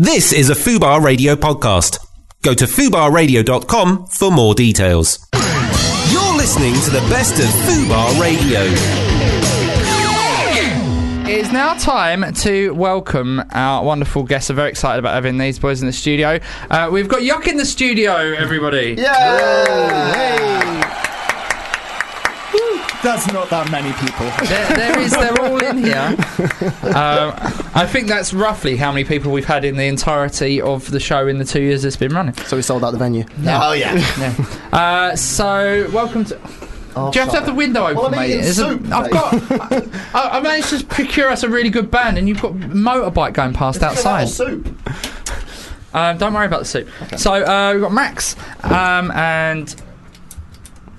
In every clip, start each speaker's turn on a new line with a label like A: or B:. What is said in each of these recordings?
A: This is a Fubar Radio podcast. Go to fubarradio.com for more details. You're listening to the best of Fubar Radio.
B: It's now time to welcome our wonderful guests. I'm very excited about having these boys in the studio. Uh, we've got Yuck in the studio, everybody.
C: That's not that many people.
B: There, there is, they're all in here. Um, I think that's roughly how many people we've had in the entirety of the show in the two years it's been running.
D: So we sold out the venue.
C: Oh yeah.
B: Uh, so, welcome to.
D: Oh,
B: Do you have to have the window open,
D: Well, I'm
B: mate?
D: eating
B: It's a-
D: soup,
B: I've got. I, I managed to procure us a really good band, and you've got motorbike going past outside.
D: Soup.
B: Um, don't worry about the soup. So uh, we've got Max um, and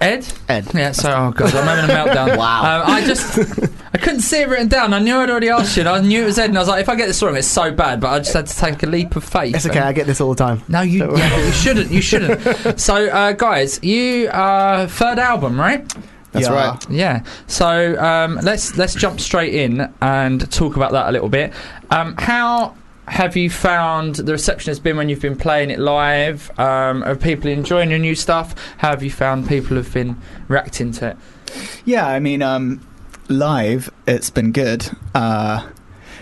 B: Ed.
D: Ed.
B: Yeah. So oh god, I'm having a meltdown. wow. Um, I just I couldn't see it written down. I knew I'd already asked you. And I knew it was Ed, and I was like, if I get this wrong, it's so bad. But I just had to take a leap of faith.
D: It's okay. I get this all the time.
B: no, you, yeah, but you shouldn't. You shouldn't. so, uh, guys, you uh, third album, right?
D: That's
C: right.
B: Yeah. So um, let's let's jump straight in and talk about that a little bit. Um, how have you found the reception has been when you've been playing it live? Um, are people enjoying your new stuff? How have you found people have been reacting to it?
C: Yeah, I mean, um, live it's been good. Uh,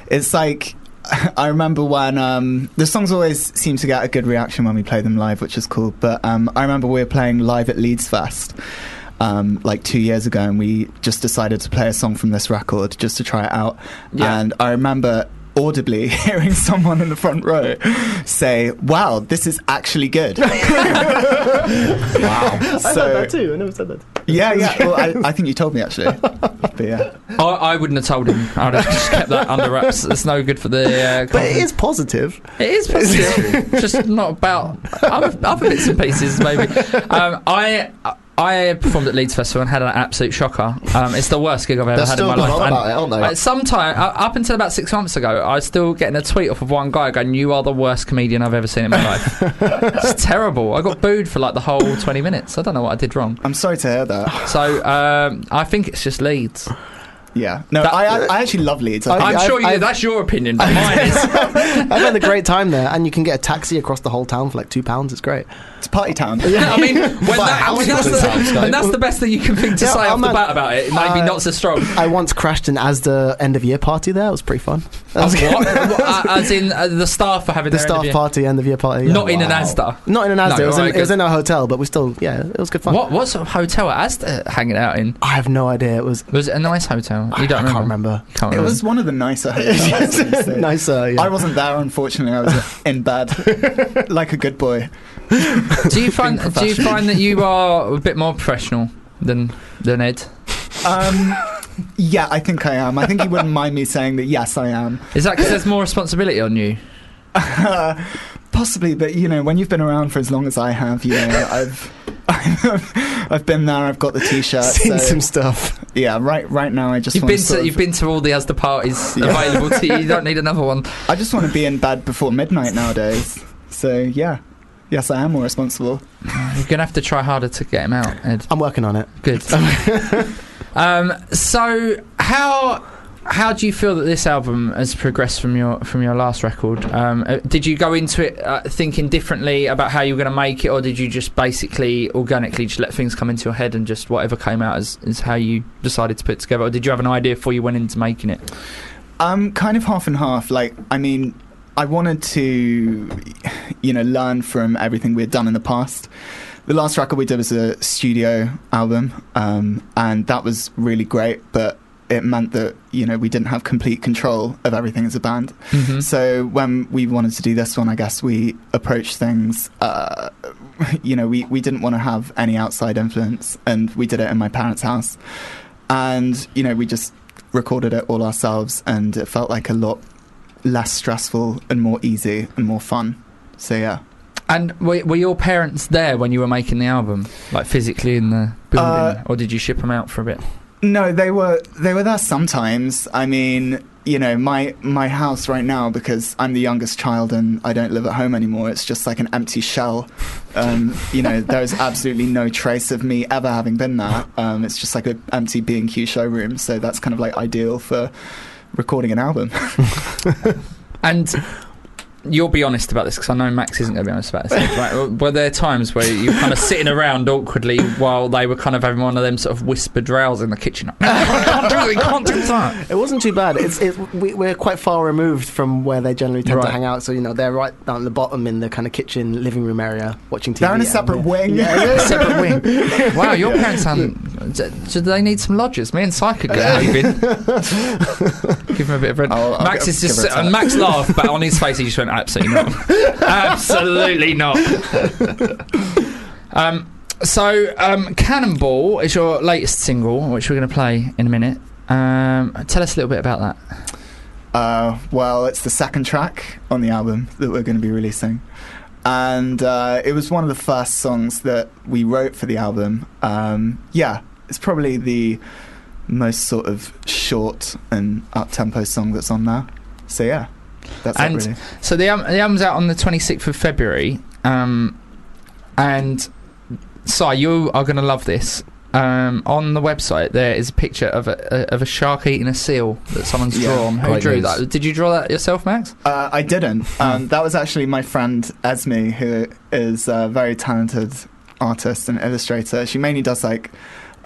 C: it's like I remember when um, the songs always seem to get a good reaction when we play them live, which is cool. But um, I remember we were playing live at Leeds Fest. Um, like two years ago, and we just decided to play a song from this record just to try it out.
B: Yeah.
C: And I remember audibly hearing someone in the front row say, "Wow, this is actually good." wow! So,
D: too. I never said that.
C: Yeah, yeah. Well, I, I think you told me actually. But yeah,
B: I, I wouldn't have told him. I'd have just kept that under wraps. It's no good for the. Uh,
D: But it is positive.
B: It is positive, just not about other, other bits and pieces. Maybe um, I. I performed at Leeds Festival and had an absolute shocker. Um, it's the worst gig I've ever
D: They're
B: had
D: still
B: in my
D: going
B: life.
D: on
B: And
D: about it, aren't they?
B: I- sometime, uh, up until about six months ago, I was still getting a tweet off of one guy going, "You are the worst comedian I've ever seen in my life." it's terrible. I got booed for like the whole twenty minutes. I don't know what I did wrong.
C: I'm sorry to hear that.
B: So um, I think it's just Leeds.
C: Yeah, no,
B: That-
C: I, I I actually love Leeds. I
B: I'm
C: think-
D: I've-
B: sure you.
D: I've-
B: that's your opinion, but mine is.
D: I've had a great time there, and you can get a taxi across the whole town for like two pounds. It's great.
C: it's party town.
B: I mean, when,
D: But
B: that,
D: how
B: when
D: is it
B: that's,
D: the time
B: the,
D: scope?
B: when that's the best thing you can think to
D: Yeah,
B: say off
D: I'm
B: the
D: a- Uh,
B: bat about it, it might be
D: I-
B: not so strong.
D: I once crashed an ASDA end of year party there. It was pretty fun. That was
B: As what? Uh, As in uh, the staff are having
D: the
B: their
D: staff
B: interview.
D: party, end of year party. yeah.
B: not in an ASDA.
D: Not in an ASDA.
B: No,
D: it, was
B: alright,
D: in, it was
B: good.
D: in a hotel, but we still, yeah, it was good fun.
B: What what sort of hotel are ASDA hanging out in?
D: I have no idea. It was.
B: Was it a nice hotel? You don't
D: I can't remember.
B: You can't
C: It
B: remember.
C: was one of the nicer hotels. honestly.
D: Nicer. Yeah.
C: I wasn't there, unfortunately. I was in bed, like a good boy.
B: do you find do you find that you are a bit more professional than than Ed?
C: Um, yeah, I think I am. I think you wouldn't mind me saying that. Yes, I am.
B: Is that because there's more responsibility on you?
C: Possibly, but you know, when you've been around for as long as I have, you know, I've. I've, I've been there. I've got the T-shirt.
D: Seen
C: So,
D: some stuff.
C: yeah, right. Right now, I just
B: You've
C: wanna
B: been
C: sort
B: to
C: of-
B: you've been to all the ASDA parties available to you. You don't need another one.
C: I just want to be in bed before midnight nowadays. So yeah, yes, I am more responsible.
B: You're gonna have to try harder to get him out, Ed.
D: I'm working on it.
B: Good. um, so how how do you feel that this album has progressed from your from your last record? Um, uh, did you go into it uh, thinking differently about how you were going to make it, or did you just basically organically just let things come into your head and just whatever came out is, is how you decided to put it together? Or did you have an idea before you went into making it?
C: Um, kind of half and half. Like, I mean, I wanted to, you know, learn from everything we had done in the past. The last record we did was a studio album, um, and that was really great, but it meant that you know we didn't have complete control of everything as a band. So when we wanted to do this one, I guess we approached things. Uh, you know, we, we didn't want to have any outside influence, and we did it in my parents' house. And you know, we just recorded it all ourselves, and it felt like a lot less stressful and more easy and more fun. So yeah,
B: And were, were your parents there when you were making the album, like physically in the building,
C: Uh,
B: or did you ship them out for a bit?
C: no, they were they were there sometimes. I mean. You know my my house right now because I'm the youngest child and I don't live at home anymore. It's just like an empty shell um, you know, there is absolutely no trace of me ever having been there. Um, it's just like an empty B and Q showroom, so that's kind of like ideal for recording an album.
B: And you'll be honest about this because I know Max isn't going to be honest about this. right? Were there times where you were kind of sitting around awkwardly while they were kind of having one of them sort of whispered rows in the kitchen? Like, can't do it, can't do that.
D: It wasn't too bad. It's it, we, we're quite far removed from where they generally tend
B: Right.
D: to hang out. So you know they're right down the bottom in the kind of kitchen living room area watching TV.
C: They're in a
D: and-
C: separate wing.
B: Separate wing. Wow, your parents haven't. d- Do they need some lodgers? Me and Sai could go living. Give him a bit of red.
C: I'll- I'll
B: Max
C: go-
B: is just.
C: give her a
B: And
C: tap.
B: Max laughed, but on his face he just went, absolutely not. absolutely not. Um, so, um, Cannonball is your latest single, which we're going to play in a minute. Um, tell us a little bit about that.
C: Uh, well, it's the second track on the album that we're going to be releasing. And uh, it was one of the first songs that we wrote for the album. Um, yeah, it's probably the most sort of short and up tempo song that's on there. So, yeah, that's
B: And-
C: it really.
B: So the um, the album's out on the 26th of February, um, and Si, you are going to love this. Um, on the website, there is a picture of a, a of a shark eating a seal that someone's
C: Yeah.
B: drawn. Who
E: Great
B: drew
E: news.
B: that? Did you draw that yourself, Max?
C: Uh, I didn't.
B: Hmm.
C: Um, that was actually my friend Esme, who is a very talented artist and illustrator. She mainly does like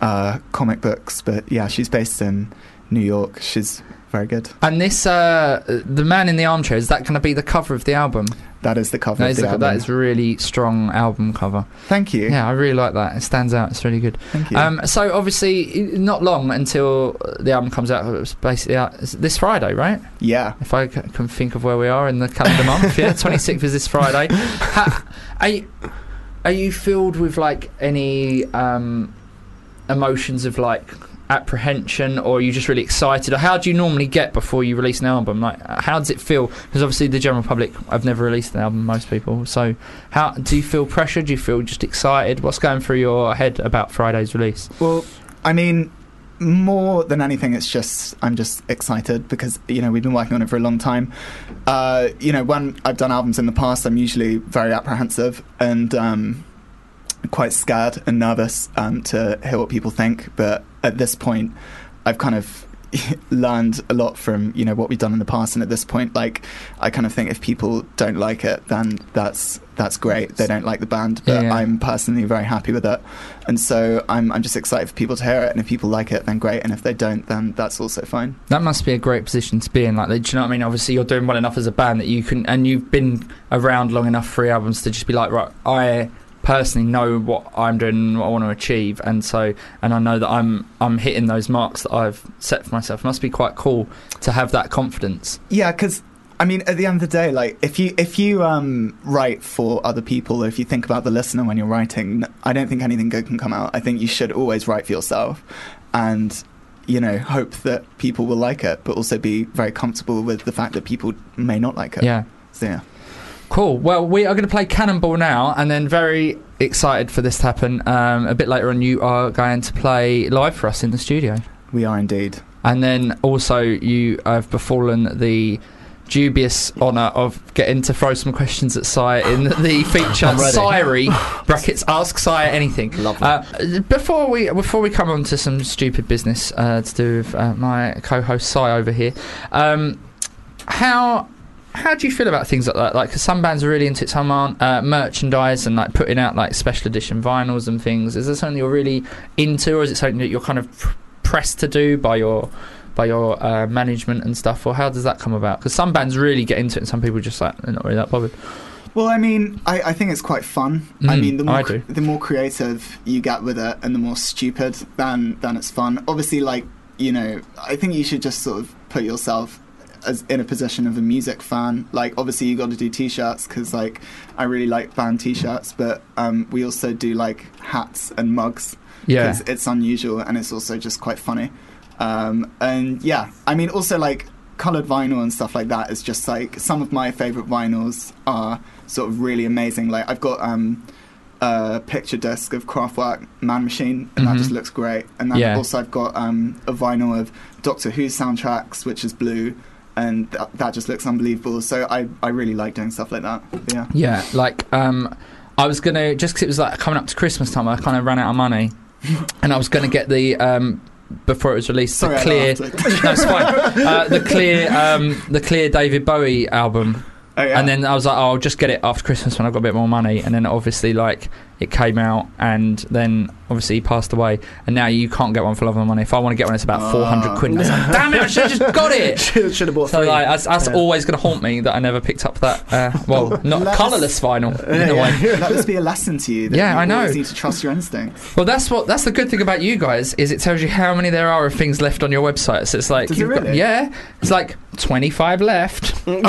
C: uh, comic books, but yeah, she's based in New York. She's very good.
B: And this, uh, the man in the armchair, is that going to be the cover of the album?
C: That is the cover.
B: That
C: of
B: is,
C: the
B: the,
C: album.
B: that is really strong album cover.
C: Thank you.
B: Yeah, I really like that. It stands out. It's really good.
C: Thank you.
B: Um, so obviously, not long until the album comes out. It's basically out it's this Friday, right?
C: yeah.
B: if I c- can think of where we are in the calendar month. Yeah, 26th is this Friday. Ha, are, you, are you filled with like any um, emotions of like apprehension, or are you just really excited, or how do you normally get before you release an album? Like, uh, how does it feel? Because obviously, the general public, I've never released an album. Most people, so how do you feel pressure? Do you feel just excited? What's going through your head about Friday's release?
C: Well, I mean, more than anything, it's just I'm just excited because you know we've been working on it for a long time. Uh, you know, when I've done albums in the past, I'm usually very apprehensive and um, quite scared and nervous um, to hear what people think. But at this point, I've kind of learned a lot from you know what we've done in the past, and at this point, like I kind of think if people don't like it, then that's that's great. They don't like the band, but
B: Yeah.
C: I'm personally very happy with it, and so I'm I'm just excited for people to hear it, and if people like it, then great, and if they don't, then that's also fine.
B: That must be a great position to be in. Like, do you know what I mean? Obviously, you're doing well enough as a band that you can, and you've been around long enough for your albums to just be like, right, I personally know what I'm doing, and what I want to achieve, and so, and I know that I'm, I'm hitting those marks that I've set for myself. must be quite cool to have that confidence.
C: Yeah, because I mean, at the end of the day, like if you if you um, write for other people, or if you think about the listener when you're writing, I don't think anything good can come out. I think you should always write for yourself, and you know, hope that people will like it, but also be very comfortable with the fact that people may not like it.
B: Yeah.
C: So, yeah.
B: Cool. Well, we are going to play Cannonball now, and then very excited for this to happen. Um, a bit later on, you are going to play live for us in the studio.
C: we are indeed.
B: And then also, you have befallen the dubious honour of getting to throw some questions at Sire in the feature
D: I'm ready.
B: Sirey brackets Ask Sire Anything.
D: Lovely.
B: Uh, before we before we come on to some stupid business uh, to do with uh, my co-host Si over here, um, how how do you feel about things like that? Like, 'cause some bands are really into it, some aren't. Uh, merchandise and like putting out like special edition vinyls and things. Is there something you're really into, or is it something that you're kind of pr- pressed to do by your by your uh, management and stuff? Or how does that come about? Because some bands really get into it, and some people just like they're not really that bothered.
C: Well, I mean, I, I think it's quite fun. I
B: Mm,
C: mean, the more
B: I do.
C: the more creative you get with it, and the more stupid, then then it's fun. Obviously, like you know, I think you should just sort of put yourself as in a position of a music fan. Like, obviously, you got to do t-shirts because like I really like band t-shirts, but um, we also do like hats and mugs
B: Yeah,
C: because it's unusual and it's also just quite funny. Um, and yeah, I mean, also like colored vinyl and stuff like that is just like some of my favorite vinyls are sort of really amazing. Like I've got um, a picture disc of Kraftwerk Man Machine, and that
B: Mhm.
C: just looks great. And then
B: Yeah.
C: also I've got um, a vinyl of Doctor Who soundtracks, which is blue. And th- that just looks unbelievable. So I, I really like doing stuff like that. But yeah.
B: yeah. Like, um, I was gonna just 'cause it was like coming up to Christmas time, I kind of ran out of money, and I was gonna get the um, before it was released
C: Sorry,
B: the clear.
C: I laughed.
B: no, it's fine. Uh, the clear, um, the clear David Bowie album
C: Oh, yeah.
B: And then I was like, oh, I'll just get it after Christmas when I've got a bit more money. And then obviously, like, it came out, and then obviously he passed away. And now you can't get one for love and money. If I want to get one, it's
C: Ah.
B: about 400 quid. And I was like, damn it, I should have just got it.
D: should, should have bought
B: So
D: three.
B: like, that's, that's
D: Yeah.
B: always going to haunt me that I never picked up that, uh, well, not
C: Let's-
B: colourless vinyl. in a way.
C: Let this be a lesson to you. That
B: Yeah,
C: you
B: I know.
C: always need to trust your instincts.
B: Well, that's what that's the good thing about you guys is it tells you how many there are of things left on your website. So it's like
C: Does it
B: you've got,
C: really?
B: yeah, it's like twenty five left.
C: oh,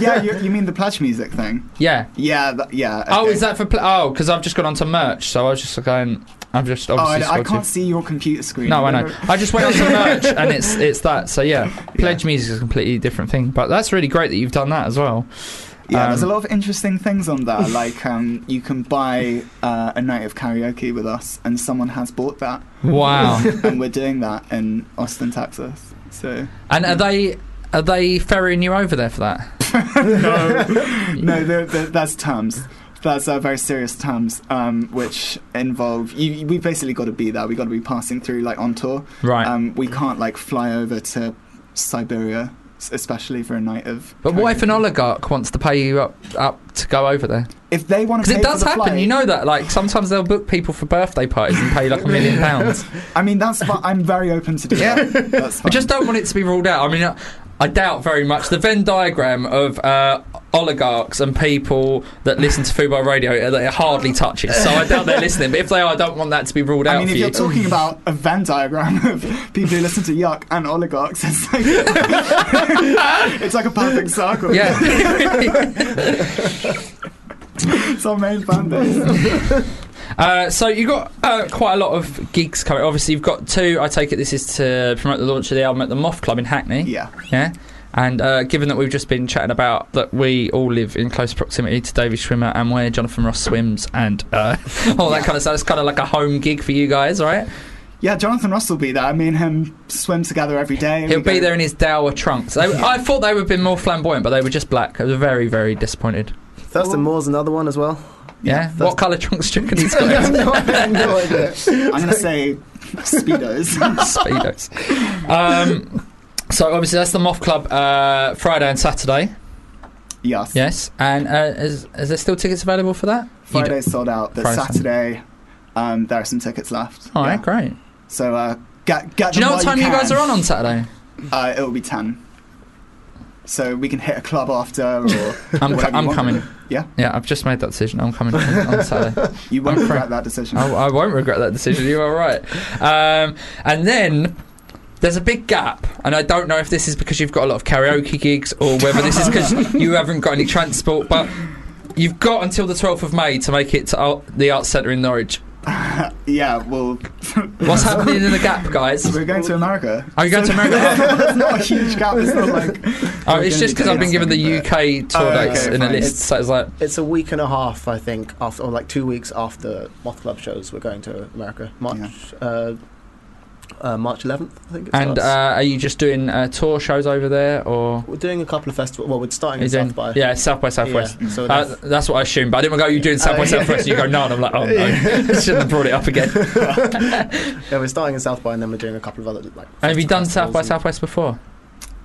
C: yeah. You, you mean the pledge music thing?
B: Yeah.
C: Yeah. That, yeah.
B: Oh,
C: okay.
B: is that for? Pl- oh, because I've just gone onto merch, so I was just going. I'm just
C: Oh,
B: obviously.
C: I, I
B: scrolled to-
C: can't see your computer screen.
B: No, I know. I just went onto merch, and it's it's that. So yeah, pledge music is a completely different thing. But that's really great that you've done that as well.
C: Yeah,
B: Um,
C: there's a lot of interesting things on there. Like, um, you can buy uh, a night of karaoke with us, and someone has bought that,
B: Wow.
C: and we're doing that in Austin, Texas. So
B: and are they are they ferrying you over there for that?
C: no, there, there, that's terms. That's uh, very serious terms, um, which involve you. We basically got to be there. We got to be passing through, like on tour.
B: Right.
C: Um, we can't like fly over to Siberia, s- especially for a night of.
B: but what if an
C: karaoke.
B: oligarch wants to pay you up up to go over there?
C: If they want to,
B: Because it does
C: the
B: happen,
C: flight-
B: you know that. Like sometimes they'll book people for birthday parties and pay like a million pounds.
C: I mean, that's. Fun. I'm very open to do
B: Yeah.
C: that. That's
B: I
C: fine.
B: just don't want it to be ruled out. I mean, I, I doubt very much the Venn diagram of uh, oligarchs and people that listen to Fubar Radio. uh, They hardly touch it, so I doubt they're listening. But if they are, I don't want that to be ruled out
C: I mean,
B: for
C: if
B: you.
C: you're talking about a Venn diagram of people who listen to Yuck and oligarchs, it's like it's like a perfect circle.
B: yeah.
C: it's our main fan base.
B: uh, so you've got uh, quite a lot of gigs coming. Obviously, you've got two. I take it this is to promote the launch of the album at the Moth Club in Hackney.
C: Yeah,
B: Yeah. And uh, given that we've just been chatting about that we all live in close proximity to Davy Schwimmer and where Jonathan Ross swims and uh, all that kind of stuff, it's kind of like a home gig for you guys, right?
C: yeah. Jonathan Ross will be there. Me and him swim together every day.
B: He'll
C: We go-
B: be there in his dour trunks. They, I thought they would have been more flamboyant, but they were just black. I was very, very disappointed.
D: Thurston Moore's another one as well.
B: Yeah?
D: that's-
B: what colour trunks do you reckon he's
D: I
B: got?
D: have no, I have no idea.
C: I'm gonna say speedos.
B: Speedos. Um, so obviously that's the Moth Club uh, Friday and Saturday.
C: yes.
B: Yes. And uh, is, is there still tickets available for that? You don't-
C: Friday sold out. But
B: Friday sold Oh, out.
C: Saturday, um, there are some tickets left.
B: All right,
C: Yeah.
B: great.
C: So uh, get get.
B: Do you
C: them
B: know what
C: while
B: time you guys
C: can.
B: are on on Saturday?
C: Uh, it'll be ten. So we can hit a club after, or
B: I'm,
C: Whatever you
B: I'm
C: want.
B: coming.
C: Yeah.
B: Yeah, I've just made that decision. I'm coming on on Saturday.
C: you won't
B: I'm
C: regret
B: cra- Oh,
C: that decision.
B: I, I won't regret that decision. You are right. Um, and then there's a big gap, and I don't know if this is because you've got a lot of karaoke gigs or whether this is because you haven't got any transport, but. You've got until the 12th of May to make it to Ar- the Arts Centre in Norwich.
C: Yeah, well,
B: What's happening in the gap, guys?
C: we're going to America.
B: Are you going to America?
C: It's not a huge gap. It's not like
B: Oh, it's just because I've been given the UK tour
C: Oh, okay,
B: dates in a
C: fine.
B: list,
C: It's-
B: so it's like,
D: Uh, It's a week and a half, I think, after or like two weeks after Moth Club shows. We're going to America, March uh, uh, March 11th, I think. It
B: and
D: starts.
B: uh, are you just doing uh, tour shows over there, or
D: we're doing a couple of festivals. Well, we're starting
B: you
D: in
B: doing-
D: South by
B: yeah, South by Southwest?
D: Yeah, so
B: Uh,
D: that's-
B: that's what I assumed, but I didn't go, you doing South by
D: Oh, yeah.
B: Southwest, and you go, no, and I'm like, oh no, shouldn't have brought it up again.
D: yeah, we're starting in South by, and then we're doing a couple of other like.
B: And have you done
D: festivals
B: South by
D: and-
B: Southwest before?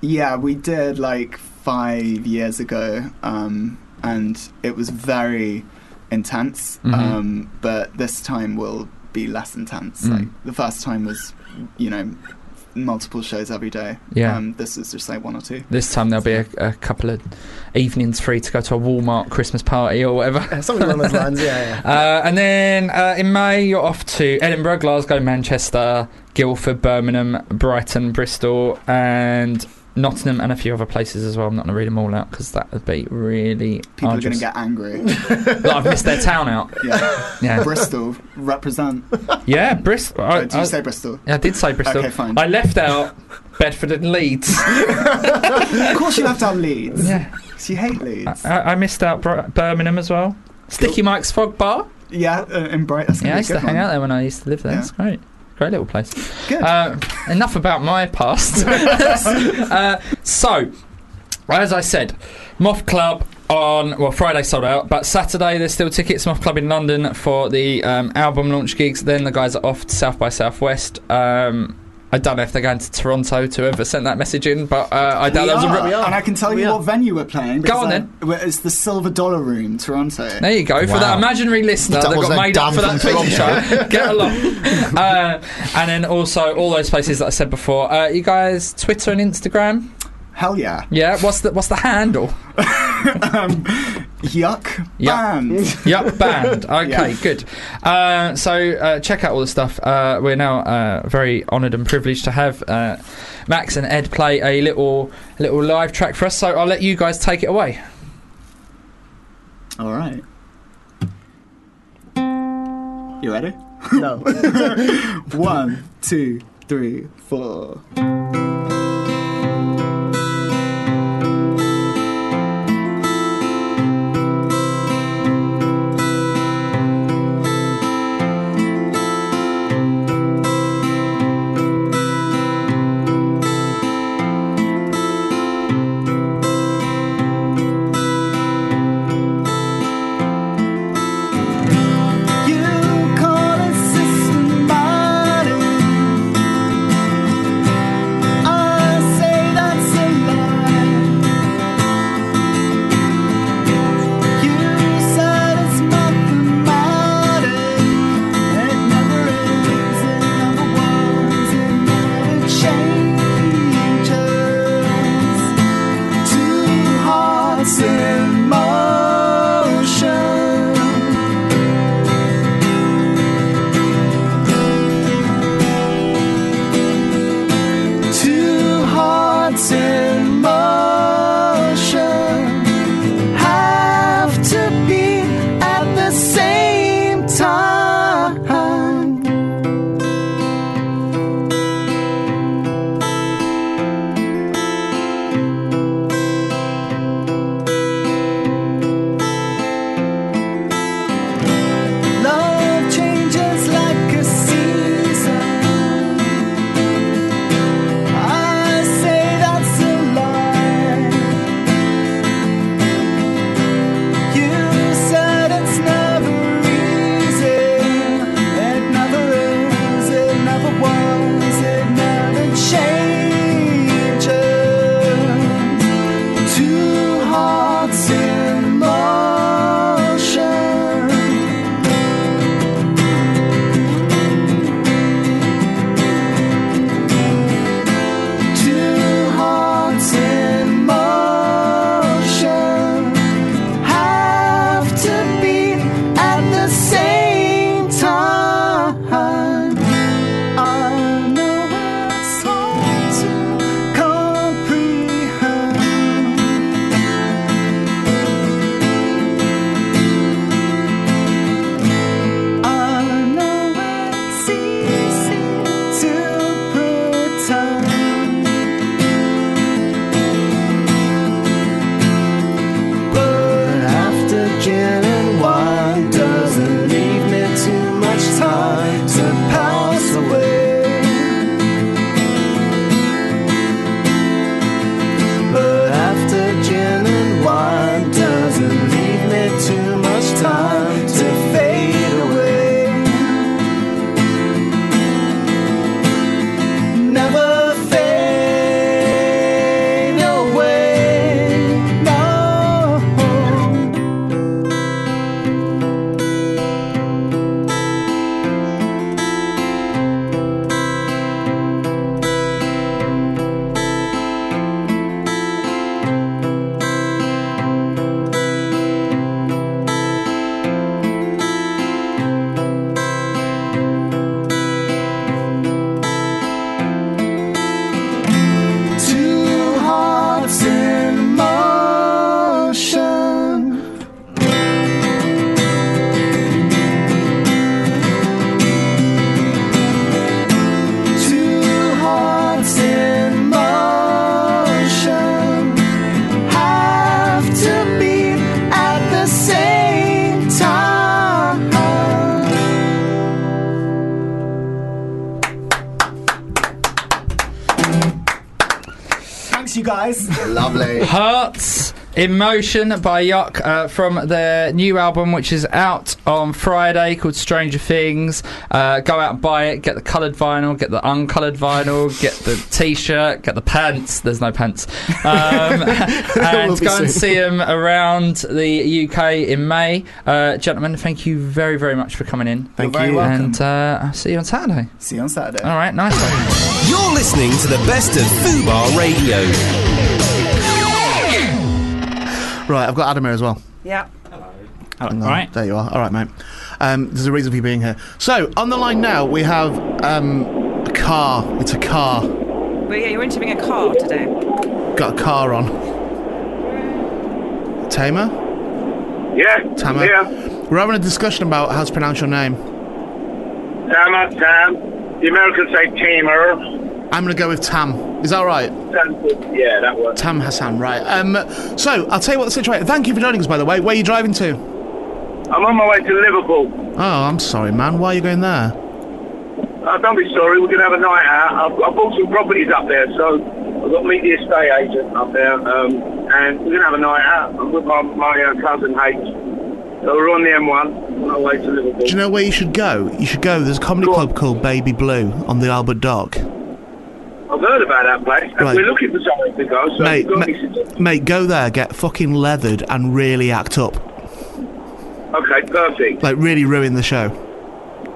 C: Yeah, we did like five years ago, um, and it was very intense.
B: Mhm.
C: Um, but this time will be less intense.
B: Mm.
C: Like the first time was, you know, multiple shows every day.
B: Yeah.
C: Um, this was just like one or two.
B: This time there'll be a, a couple of evenings free to go to a Walmart Christmas party or whatever.
D: Yeah, Something along those lines. Yeah, yeah.
B: Uh, and then uh, in May, you're off to Edinburgh, Glasgow, Manchester, Guildford, Birmingham, Brighton, Bristol, and Nottingham, and a few other places as well. I'm not going to read them all out because that would be really.
C: People are going
B: arduous.
C: to get angry.
B: Like, I've missed their town out.
C: yeah,
B: Yeah,
C: Bristol represent.
B: yeah, Bristol. I,
C: Oh, did you
B: I-
C: say Bristol?
B: I did say Bristol.
C: Okay, fine.
B: I left out Bedford and Leeds.
C: of course, you left out Leeds.
B: yeah,
C: 'Cause you hate Leeds.
B: I, I missed out Br- Birmingham as well. Sticky Mike's Fog Bar.
C: yeah, uh, in Brighton. that's
B: Yeah, I
C: gonna be a
B: used to
C: good
B: hang
C: one.
B: out there when I used to live there.
C: Yeah.
B: It's great. Great little place.
C: Good.
B: Uh, enough about my past. uh, so, as I said, Moth Club on well Friday sold out, but Saturday there's still tickets. Moth Club in London for the um, album launch gigs. Then the guys are off to South by Southwest. Um, I don't know if they're going to Toronto to ever send that message in, but uh, I doubt
F: We
B: that was a.
F: are,
B: re-
D: we are.
F: And I can tell
D: We
F: you
D: are.
F: what venue we're playing.
B: Go on
F: because I- It's the Silver Dollar Room, Toronto.
B: There you go. For
C: Wow.
B: that imaginary listener that,
C: That was
B: got
C: a
B: made up for
C: Dan
B: that
C: from
B: picture, get along. Uh, and then also all those places that I said before. Uh, you guys, Twitter and Instagram.
F: Hell yeah.
B: Yeah. What's the What's the handle?
F: Yuck.
B: Yuck.
F: Band.
B: Yup, band. Okay,
F: Yeah.
B: good. Uh, so uh, check out all the stuff. Uh, we're now uh, very honoured and privileged to have uh, Max and Ed play a little little live track for us. So I'll let you guys take it away.
F: All right. You ready?
D: No.
F: One, two, three, four. You call it systematic. I say that's a lie. You said it's mathematics. It never is. It never was. It never changes. Two hearts in motion. Two hearts in motion have to be at the same time. Love changes like a season. I say that's a lie. You said it's never easy. It never is. It never was. It never changes. Two hearts in motion. Two hearts in motion have to beat at the same time. I know it's hard to comprehend. I know it's easy to pretend. But after gin and wine doesn't leave me too much time to pass away. But after gin and wine doesn't leave me too much time to fade away. Never fade away. No. Two hearts in motion. Two hearts in motion have to beat at the same time. Thanks, you guys.
C: Lovely.
B: Hearts Emotion by Yuck uh, from their new album, which is out on Friday called Stranger Things. Uh, go out and buy it, get the coloured vinyl, get the uncoloured vinyl, get the t shirt, get the pants. There's no pants. Um, and
G: will be
B: go and
G: soon.
B: see them around the UK in May. Uh, gentlemen, thank you very, very much for coming in.
G: Thank
C: You're very
G: you.
C: welcome.
B: And uh, I'll see you on Saturday.
C: See you on Saturday.
B: All right, nice one.
A: You're listening to the best of Fubar Radio.
G: Right, I've got Adam here as well.
E: Yeah.
G: All
B: right.
G: There you are. All right, mate. Um, there's a reason for you being here. So, on the line now, we have um, a car. It's a car.
E: Well, yeah, you're interviewing a car today.
G: Got a car on. Tamer?
H: Yeah.
G: Tamer?
H: Yeah.
G: We're having a discussion about how to pronounce your name.
H: Tama, Tam. The Americans say Tamer.
G: I'm going to go with Tam. Is that all right?
H: Tam- Yeah, that one.
G: Tam Hassan, right. Um, so, I'll tell you what the situation Thank you for joining us, by the way. Where are you driving to?
H: I'm on my way to Liverpool.
G: Oh, I'm sorry, man. Why are you going there?
H: Uh, don't be sorry, we're going to have a night out. I've, I bought some properties up there, so I've got to meet the estate agent up there, um, and we're going to have a night out. I'm with my, my uh, cousin H. So we're on the M1, on our way to Liverpool.
G: Do you know where you should go? You should go. There's a comedy
H: Go on.
G: club called Baby Blue on the Albert Dock.
H: I've heard about that place, and
G: Right.
H: we're looking for somewhere to go, so
G: mate,
H: we've got
G: ma-
H: this.
G: mate, go there, get fucking leathered, and really act up.
H: Okay, perfect.
G: Like, really ruin the show.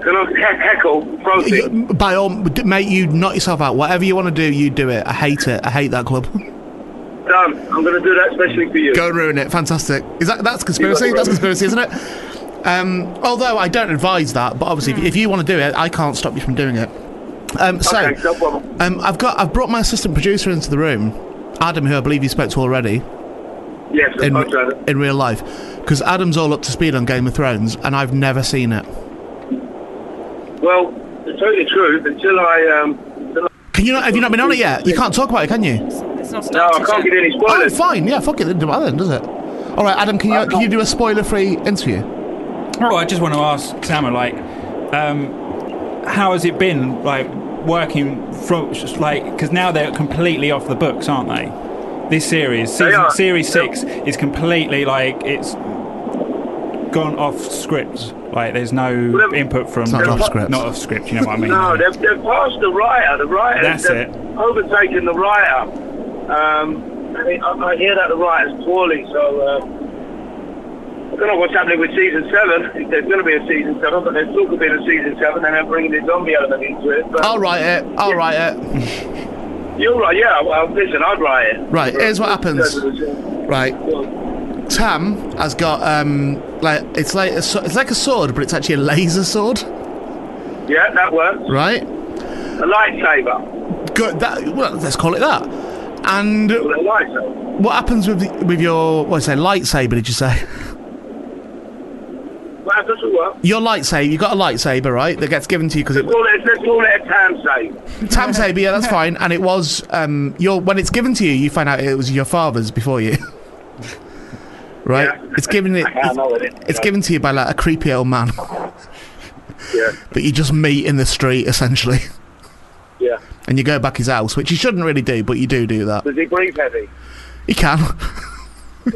H: Can I he- heckle? Proceed.
G: You- by all, mate, you knock yourself out. Whatever you want to do, you do it. I hate it. I hate that club.
H: Done. I'm going to do that especially for you.
G: Go and ruin it. Fantastic. Is that that's conspiracy?
H: You got
G: That's
H: it,
G: conspiracy, isn't it? Um, although I don't advise that, but obviously, if, if you want to do it, I can't stop you from doing it. Um, so,
H: Okay, no problem.
G: um, I've got I've brought my assistant producer into the room, Adam, who I believe you spoke to already.
H: Yes,
G: in,
H: I've done it.
G: in real life because Adam's all up to speed on Game of Thrones and I've never seen it.
H: Well, to tell you the truth, until I um, until I,
G: Can you not? Have you not been on it yet? You can't talk about it, can you?
E: It's not
H: no,
E: started
H: I can't
E: yet.
H: get any
G: Oh,
H: spoilers.
G: fine. Yeah, fuck it. Didn't do it then, does it? All right, Adam. Can you can you do a spoiler-free interview?
I: Well, I just want to ask Tama, like, um, how has it been, like, working from, just like, because now they're completely off the books, aren't they? This series, season,
H: are.
I: series six, is completely like it's gone off script. Like, there's no
H: Well,
I: input from
G: not off script.
I: Not off script. You know what I mean?
H: No, they've, they've passed the writer. The writer
I: That's
H: they've
I: it.
H: overtaken the writer. Um, I, mean, I, I hear that the writer's poorly, so uh, I don't know what's happening with season seven. If there's going to be a season seven, but there's talk of being a season seven, and they're bringing the zombie element into it. But
G: I'll write it. I'll write it.
H: You're right. Yeah. Well, listen, I'd write it.
G: Right, here's what happens. Right.
H: Well,
G: Tam has got um like it's like a, so- it's like a sword, but it's actually a laser sword,
H: yeah, that works.
G: right?
H: A lightsaber.
G: Good. That well, let's call it that. And
H: A lightsaber.
G: what happens with the, with your what did I say lightsaber? Did you say?
H: Well, that's what.
G: Your lightsaber, you got a lightsaber, right? That gets given to you because it.
H: Call it, let's call it a time save.
G: Tam saber, yeah, that's fine. And it was um, your when it's given to you, you find out it was your father's before you, right?
H: Yeah.
G: It's given it.
H: I can't know what it is.
G: It's given to you by like a creepy old man
H: Yeah,
G: that you just meet in the street, essentially,
H: yeah.
G: and you go back his house, which you shouldn't really do, but you do do that.
H: Does he breathe heavy?
G: You can.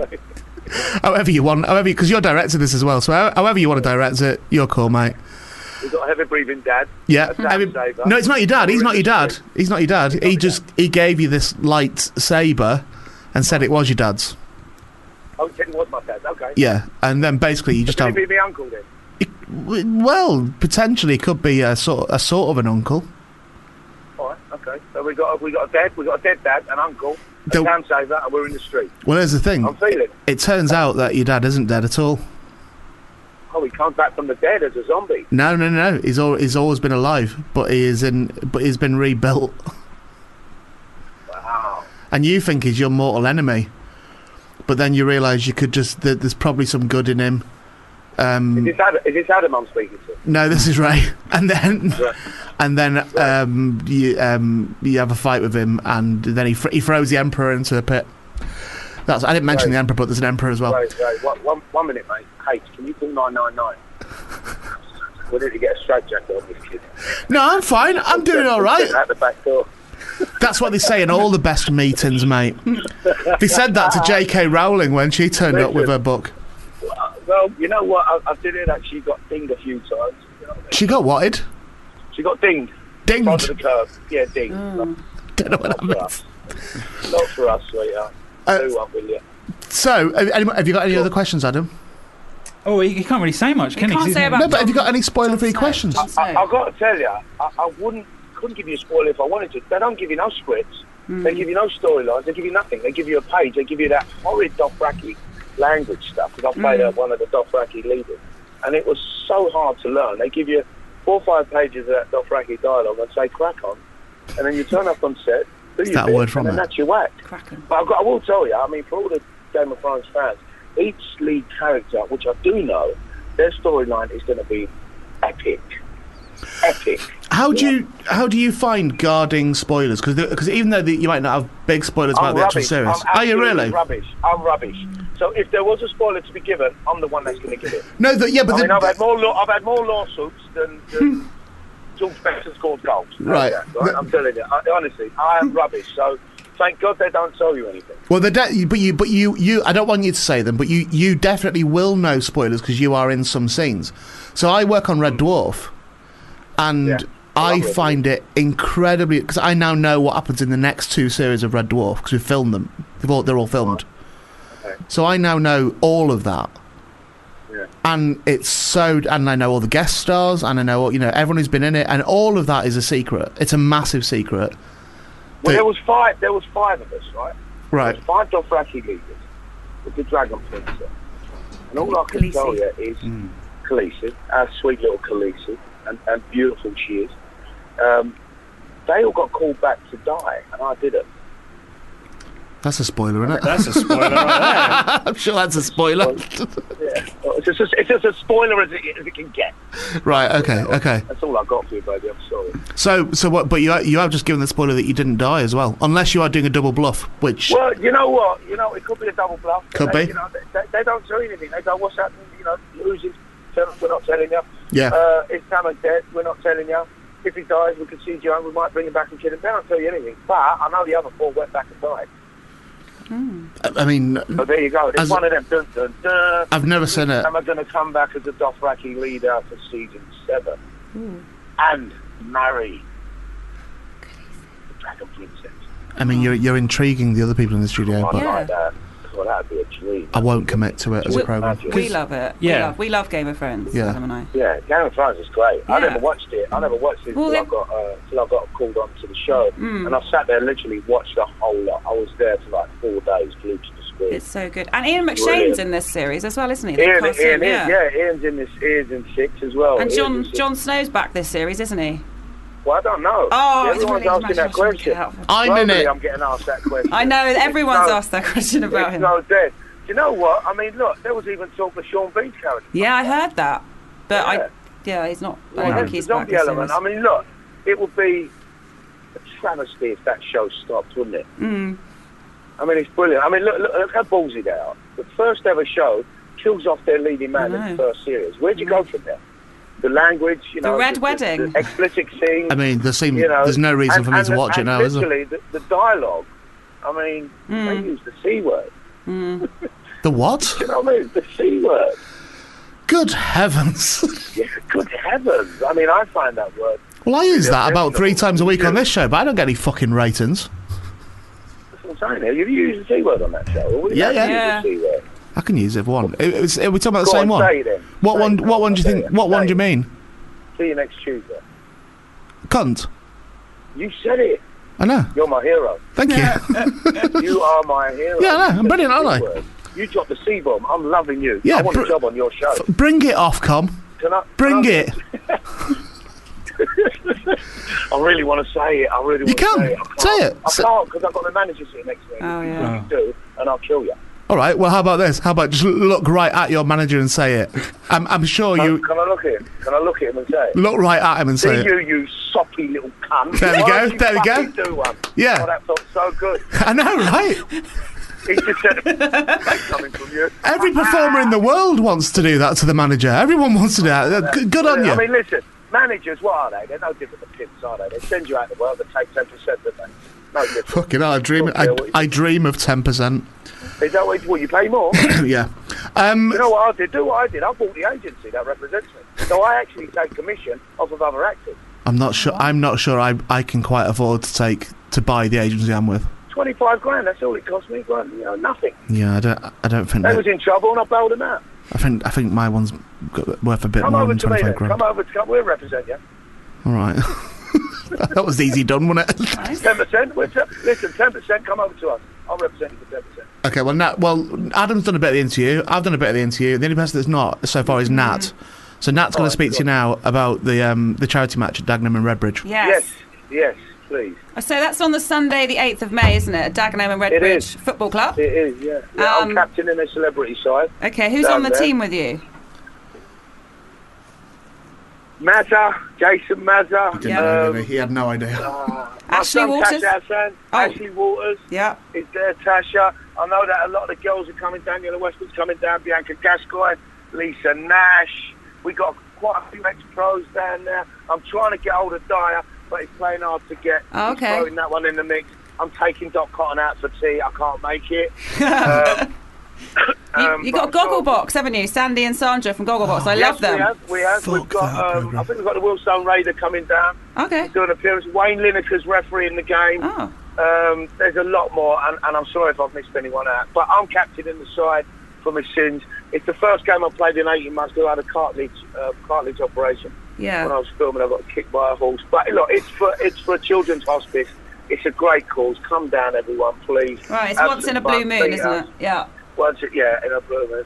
G: however you want, however, because you're directing this as well, so how- however you want to direct it, you're cool, mate.
H: He's got a heavy breathing dad.
G: Yeah.
H: A time
G: I mean,
H: saver.
G: no, it's not your dad. He's not your dad. He's not your dad. He just he gave you this light saber and said it was your dad's.
H: Oh, he said he was my dad. Okay.
G: Yeah. And then basically you just
H: Could
G: have
H: he be my uncle then?
G: well, potentially it could be a sort a sort of an uncle.
H: All right. Okay. So we got we got a dad, we got a dead dad, an uncle, a
G: Don't-
H: time saver, and we're in the street.
G: Well, here's the thing.
H: I'm feeling.
G: It turns out that your dad isn't dead at all.
H: Oh, he comes back from the dead as a zombie.
G: No, no, no. He's al- he's always been alive, but he is in but he's been rebuilt.
H: Wow.
G: And you think he's your mortal enemy. But then you realise you could just that there's probably some good in him. Um,
H: Is this Adam? Is this Adam I'm speaking to?
G: No, this is Ray. And then,
H: Right.
G: and then um, you um, you have a fight with him, and then he fr- he throws the emperor into a pit. That's I didn't mention
H: Right.
G: the emperor, but there's an emperor as well.
H: Right, right. One, one, one minute, mate. Hey, can you call nine nine nine? We need to get a straitjacket on this kid.
G: No, I'm fine. I'm doing all right.
H: At the back door.
G: That's what they say in all the best meetings, mate. They said that to J.K. Rowling when she turned up with her book.
H: Well, you know what? I, I did it actually got dinged a few times. You know what I mean?
G: She got whatted?
H: She got dinged. Onto
G: Dinged.
H: the curb. Yeah, dinged.
G: Don't know what that means.
H: Not for us, sweetheart.
G: Uh,
H: Do one, will you?
G: So, have, any- have you got any other questions, Adam?
I: Oh, he, he can't really say much, can he? 'Cause
E: can't
I: he's
E: say
I: not-
E: about
G: No, but have you got any spoiler-free questions?
H: I, I've got to tell you, I, I wouldn't, couldn't give you a spoiler if I wanted to. They don't give you no scripts. They give you no storylines. They give you nothing. They give you a page. They give you that horrid Dothraki language stuff. Because I played uh, one of the Dothraki leaders, and it was so hard to learn. They give you four or five pages of that Dothraki dialogue and say crack on, and then you turn up on set. Do your
G: that a
H: bit,
G: word from
H: and then
G: that?
H: that's your whack.
E: Cracking.
H: But I've got, I will tell you, I mean, for all the Game of Thrones fans, each lead character, which I do know, their storyline is going to be epic. Epic.
G: How do you how do you find guarding spoilers? Because even though the, you might not have big spoilers about
H: I'm
G: the actual
H: Oh, rubbish. I'm
G: series, are you
H: absolutely
G: really?
H: Rubbish. I'm rubbish. So if there was a spoiler to be given, I'm the one that's going to give it.
G: No, the, yeah, but
H: I
G: the,
H: mean, I've had more. Law- I've had more lawsuits than. than George Best scored goals.
G: Right.
H: Okay, right? I'm telling you, I, honestly, I am rubbish. So thank God they don't tell you anything.
G: well, the de- but you but you you I don't want you to say them, but you you definitely will know spoilers because you are in some scenes. So I work on
I: Hmm.
G: Red Dwarf, and
H: Yeah.
G: I
H: Lovely.
G: find it incredibly because I now know what happens in the next two series of Red Dwarf because we filmed them. They've all, they're all filmed,
I: Oh,
G: so I now know all of that.
H: Yeah.
G: and it's so and I know all the guest stars and I know all- you know everyone who's been in it and all of that is a secret. It's a massive secret. The-
H: Well, there was five. There was five of us, right?
G: Right.
H: There's five Dothraki leaders with the dragon princess, and all I can
E: Khaleesi.
H: tell you is Khaleesi, our sweet little Khaleesi, and, and beautiful she is. Um, they all got called back to die, and I didn't.
G: That's a spoiler, isn't it?
I: That's a spoiler right there.
G: I'm sure that's a spoiler.
H: Yeah, Well, it's just, it's just as spoiler as it, as it can get.
G: right. Okay. Okay.
H: That's all I got for you, baby. I'm sorry.
G: So so what? But you you have just given the spoiler that you didn't die as well, unless you are doing a double bluff, which
H: Well, you know what? You know, it could be a double bluff.
G: Could
H: they,
G: be.
H: You know, they, they- they don't tell you anything. They go, what's happening? You know, who's it? Tell us, we're not telling you.
G: Yeah.
H: Uh, if Salmon's dead, we're not telling you. If he dies, we can see John. We might bring him back and kill him. They don't tell you anything. But I know the other four went back and died.
G: I I mean
H: So Oh, there you go. It's
G: As-
H: one of them. Dun, dun, dun.
G: I've never seen it.
H: Am I going to come back as a Dothraki leader for season seven
E: Hmm.
H: and marry the Dragon Princess?
G: I mean you're you're intriguing the other people in the studio,
H: I'd
G: but
E: Yeah.
H: like that. Well, that'd be a dream.
G: I won't commit to it as a
E: Well-
G: program.
E: We love it. We
I: Yeah.
E: love, we love Game of Thrones,
G: Yeah.
E: Adam and I.
H: Yeah, Game of Thrones is great. I
E: Yeah.
H: never watched it. I never watched it
E: Well, Hmm.
H: until, I
E: they-
H: got, uh, until I got called on to the show. And I sat there and literally watched the whole lot. I was there for like four days glued to the screen.
E: It's so good. And Ian McShane's
H: Brilliant.
E: in this series as well, isn't he? The
H: Ian,
E: cartoon,
H: Ian is, yeah, Oh, Ian's in this, Ian's in six as well.
E: And
H: Ian's in
E: John
H: six.
E: John Snow's back this series, isn't he?
H: Well, I don't know.
E: Oh, it's
H: Everyone's
E: really
H: asking
E: imaginative.
H: that question.
G: I'm in
H: Globally,
G: it.
H: I'm getting asked that question.
E: I know
H: It's
E: everyone's
H: so-
E: asked that question about
H: it's
E: him.
H: so dead. Do you know what? I mean, look, there was even talk of Sean Bean's character.
E: Yeah, I heard that, but
H: Yeah.
E: I yeah, he's not. I
H: Well,
E: don't think
H: that's the
E: he's back
H: zombie
E: this
H: element.
E: series.
H: I mean, look, it would be a travesty if that show stopped, wouldn't it? Mm. I mean, it's brilliant. I mean, look, look, look how ballsy they are. The first ever show kills off their leading man in
E: know.
H: the first series. Where'd you go from there? The language, you
E: Mm. The
H: know,
E: Red
H: the,
E: Wedding.
H: the explicit scenes.
G: I mean, there seems
H: you know,
G: there's no reason
H: and-
G: for me
H: and
G: to
H: the-
G: watch it
H: and
G: now, is there?
H: literally, The, the dialogue. I mean,
E: Mm.
H: they use the c word.
G: The what?
H: You know what I mean? The c word.
G: Good heavens.
H: Yeah, good heavens! I mean, I find that word
G: Well, I use
H: Yeah,
G: that about three
H: definitely.
G: times a week on this show, but I don't get any fucking ratings.
H: That's what I'm saying. Have you used the C word on that show? Or would you
G: Yeah,
H: have
G: yeah.
H: used the C word?
G: I can use it for one. It, it's, are we talking about the
H: Go
G: same
H: on,
G: one?
H: say it then.
G: What
H: Say
G: one?
H: it.
G: What one do you
H: Say
G: think?
H: it.
G: What one
H: Say
G: do you
H: it.
G: mean?
H: See you next Tuesday.
G: Cunt.
H: You said it.
G: I know.
H: You're my hero.
G: Thank you.
H: You are my hero.
G: Yeah, I know. I'm brilliant, aren't I?
H: You said the C word. You dropped the C bomb. I'm loving you.
G: Yeah,
H: I want
G: br-
H: a job on your show.
G: Bring it off, com.
H: Can I,
G: Bring
H: can I-
G: it.
H: I really want to say it. I really
G: You
H: want to
G: can.
H: say it. I
G: Say
H: can't.
G: it.
H: I
G: Say-
H: can't because I've got the manager sitting next to me.
E: Oh, yeah.
H: You do, and I'll kill you.
G: All right. Well, how about this? How about just look right at your manager and say it? I'm, I'm sure
H: Can,
G: you
H: Um, can I look at him? Can I look at him and say it?
G: look right at him and
H: See
G: say
H: you,
G: it.
H: you soppy little cunt.
G: There we
H: Why
G: go,
H: don't you
G: there we go.
H: fucking Do one?
G: Yeah.
H: Oh, that felt so good.
G: I know, right?
H: He just said, "That's coming from you.
G: Every performer in the world wants to do that to the manager. Everyone wants to do that. Good, good on
H: I mean,
G: you.
H: listen, managers, what are they? They're no different than pimps, are they? They send you out the world, they take 10%, don't they? no difference.
G: Fucking hell, I dream. I, I dream of ten percent.
H: Is that what, what you pay more?
G: yeah. Um,
H: You know what I did? Do what I did. I bought the agency that represents me. So I actually take commission off of other actors.
G: I'm not sure. I'm not sure. I I can quite afford to take to buy the agency I'm with.
H: 25 grand, that's all it cost me. Grand, you know, nothing.
G: Yeah, I don't. I don't think.
H: They
G: That,
H: was in trouble and I bailed them out.
G: I think. I think my one's got- worth a bit
H: Come
G: more
H: over
G: than
H: to me
G: twenty
H: then.
G: five grand.
H: Come over to come. We'll represent you.
G: All right. that was easy done, wasn't it?
H: 10%. We're te- listen, 10%, come over to us. I'll represent you for 10%.
G: Okay, well, Nat, well, Adam's done a bit of the interview. I've done a bit of the interview. The only person that's not so far is Nat. So Nat's going to
H: Alright,
G: speak to you now about the um, the charity match at Dagenham and Redbridge.
E: Yes.
H: Yes, yes, please.
E: So that's on the Sunday, the 8th of May, isn't it? At Dagenham and Redbridge
H: is.
E: Football Club.
H: It is, yeah. yeah
E: Um,
H: I'm captain in a celebrity side.
E: Okay, who's
H: Down
E: on the
H: there.
E: team with you?
H: Mazza, Jason Mazza.
E: Yeah.
H: um,
G: He had no idea.
H: uh, my
E: Ashley
H: son,
E: Waters?
H: Tasha Hassan,
E: Oh.
H: Ashley Waters.
E: Yeah.
H: is there, Tasha. I know that a lot of the girls are coming down. Yellow Westwood's coming down. Bianca Gascoigne, Lisa Nash. We got quite a few ex-pros down there. I'm trying to get hold of Dyer, but it's playing hard to get.
E: Oh,
H: He's
E: okay.
H: throwing that one in the mix. I'm taking Doc Cotton out for tea. I can't make it. um,
E: You,
H: um,
E: you
H: but
E: got
H: I'm sorry.
E: Gogglebox, haven't you? Sandy and Sandra from Gogglebox. I
H: Yes,
E: love them.
H: We have. We have.
G: Fuck
H: We've got.
G: that
H: Um,
G: programme.
H: I think we've got the Wilson Raider coming down
E: Okay.
H: do an appearance. Wayne Lineker's refereeing the game.
E: Oh.
H: Um, there's a lot more, and, and I'm sorry if I've missed anyone out. But I'm captain in the side for my sins. It's the first game I've played in 18 months because I had a cartilage, uh, cartilage operation when I
E: Yeah.
H: was filming. I got kicked by a horse. But look, it's for it's for a children's hospice. It's a great cause. Come down, everyone, please.
E: Right, it's
H: Have
E: once
H: some
E: in a
H: fun.
E: blue moon,
H: Beat
E: isn't
H: us.
E: it? Yeah.
H: Once, it- yeah, in a blue moon.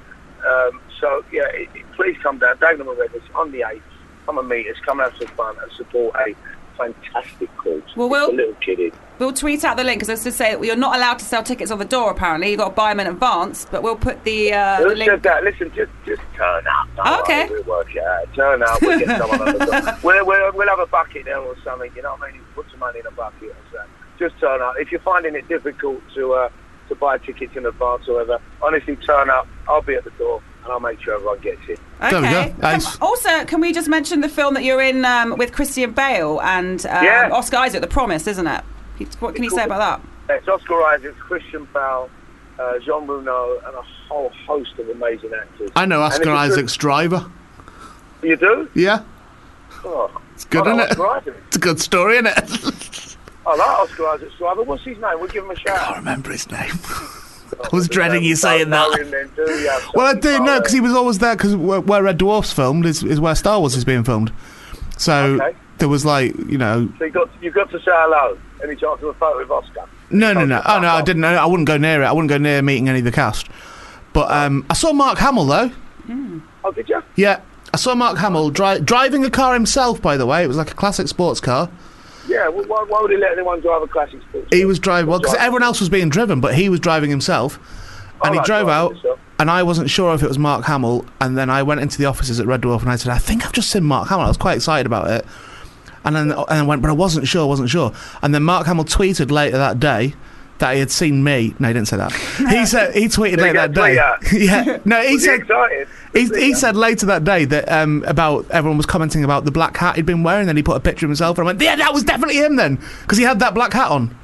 H: Um, so yeah, it, it- please come down. Dagenham and Redness on the eighth. Come and meet us. Come and have some fun and support a fantastic cause.
E: Well,
H: It's
E: we'll-
H: a little kiddie.
E: We'll tweet out the link because I was to say that you're not allowed to sell tickets on the door. Apparently, you got to buy them in advance. But we'll put the, uh, the
H: Who said
E: link.
H: that? Listen, just just turn up. Don't
E: Oh, okay.
H: worry, We'll work it out. Turn up. We'll get someone on the door. We'll, we'll, we'll have a bucket there or something. You know what I mean? Put some money in a bucket or something. Just turn up. If you're finding it difficult to uh, to buy tickets in advance or whatever, honestly, turn up. I'll be at the door and I'll make sure everyone gets in.
G: There we go.
E: Okay.
G: Nice.
E: Come- also, can we just mention the film that you're in um, with Christian Bale and um,
H: Yeah.
E: Oscar Isaac, The Promise, isn't it? What can you say about that?
H: It's Oscar Isaac, Christian Bale, uh, Jean Bruno, and a whole host of amazing actors.
G: I know
H: And
G: Oscar
H: it's a good-
G: Isaac's driver.
H: You do?
G: Yeah,
H: Oh,
G: it's good,
H: I
G: isn't
H: like
G: it?
H: Oscar Isaac.
G: It's a good story, isn't it?
H: I like Oscar Isaac's driver. What's his name? We'll give him a shout.
G: I remember his name. I was dreading you saying
H: Don't know
G: that.
H: him then, do Oh, you?
G: Well, I do
H: Something
G: know
H: like
G: because he was always there because where, where Red Dwarf's filmed is, is where Star Wars is being filmed. So
H: Okay.
G: there was like you know
H: that. So you got you've got to say hello. Any chance of a photo with Oscar?
G: No, no, no.
H: Fuck
G: Oh no, I
H: off.
G: didn't. know. I wouldn't go near it. I wouldn't go near meeting any of the cast. But um, I saw Mark Hamill though.
E: Hmm.
H: Oh, did you?
G: Yeah, I saw Mark Hamill dri- driving a car himself. By the way, it was like a classic sports car.
H: Yeah. Well, why, why would he let anyone drive a classic sports?
G: He was driving well because
H: Right.
G: everyone else was being driven, but he was driving himself.
H: I
G: And he
H: like
G: drove
H: driving
G: out,
H: myself.
G: and I wasn't sure if it was Mark Hamill. And then I went into the offices at Red Dwarf, and I said, "I think I've just seen Mark Hamill." I was quite excited about it, and then and I went, but I wasn't sure, wasn't sure. And then Mark Hamill tweeted later that day that he had seen me. No, he didn't say that. He said he tweeted later that
H: get a
G: day.
H: tweet
G: yeah, no, he
H: Was he
G: said
H: excited?
G: he, he said later that day that um, about everyone was commenting about the black hat he'd been wearing. Then he put a picture of himself, and I went, "Yeah, that was definitely him then," because he had that black hat on.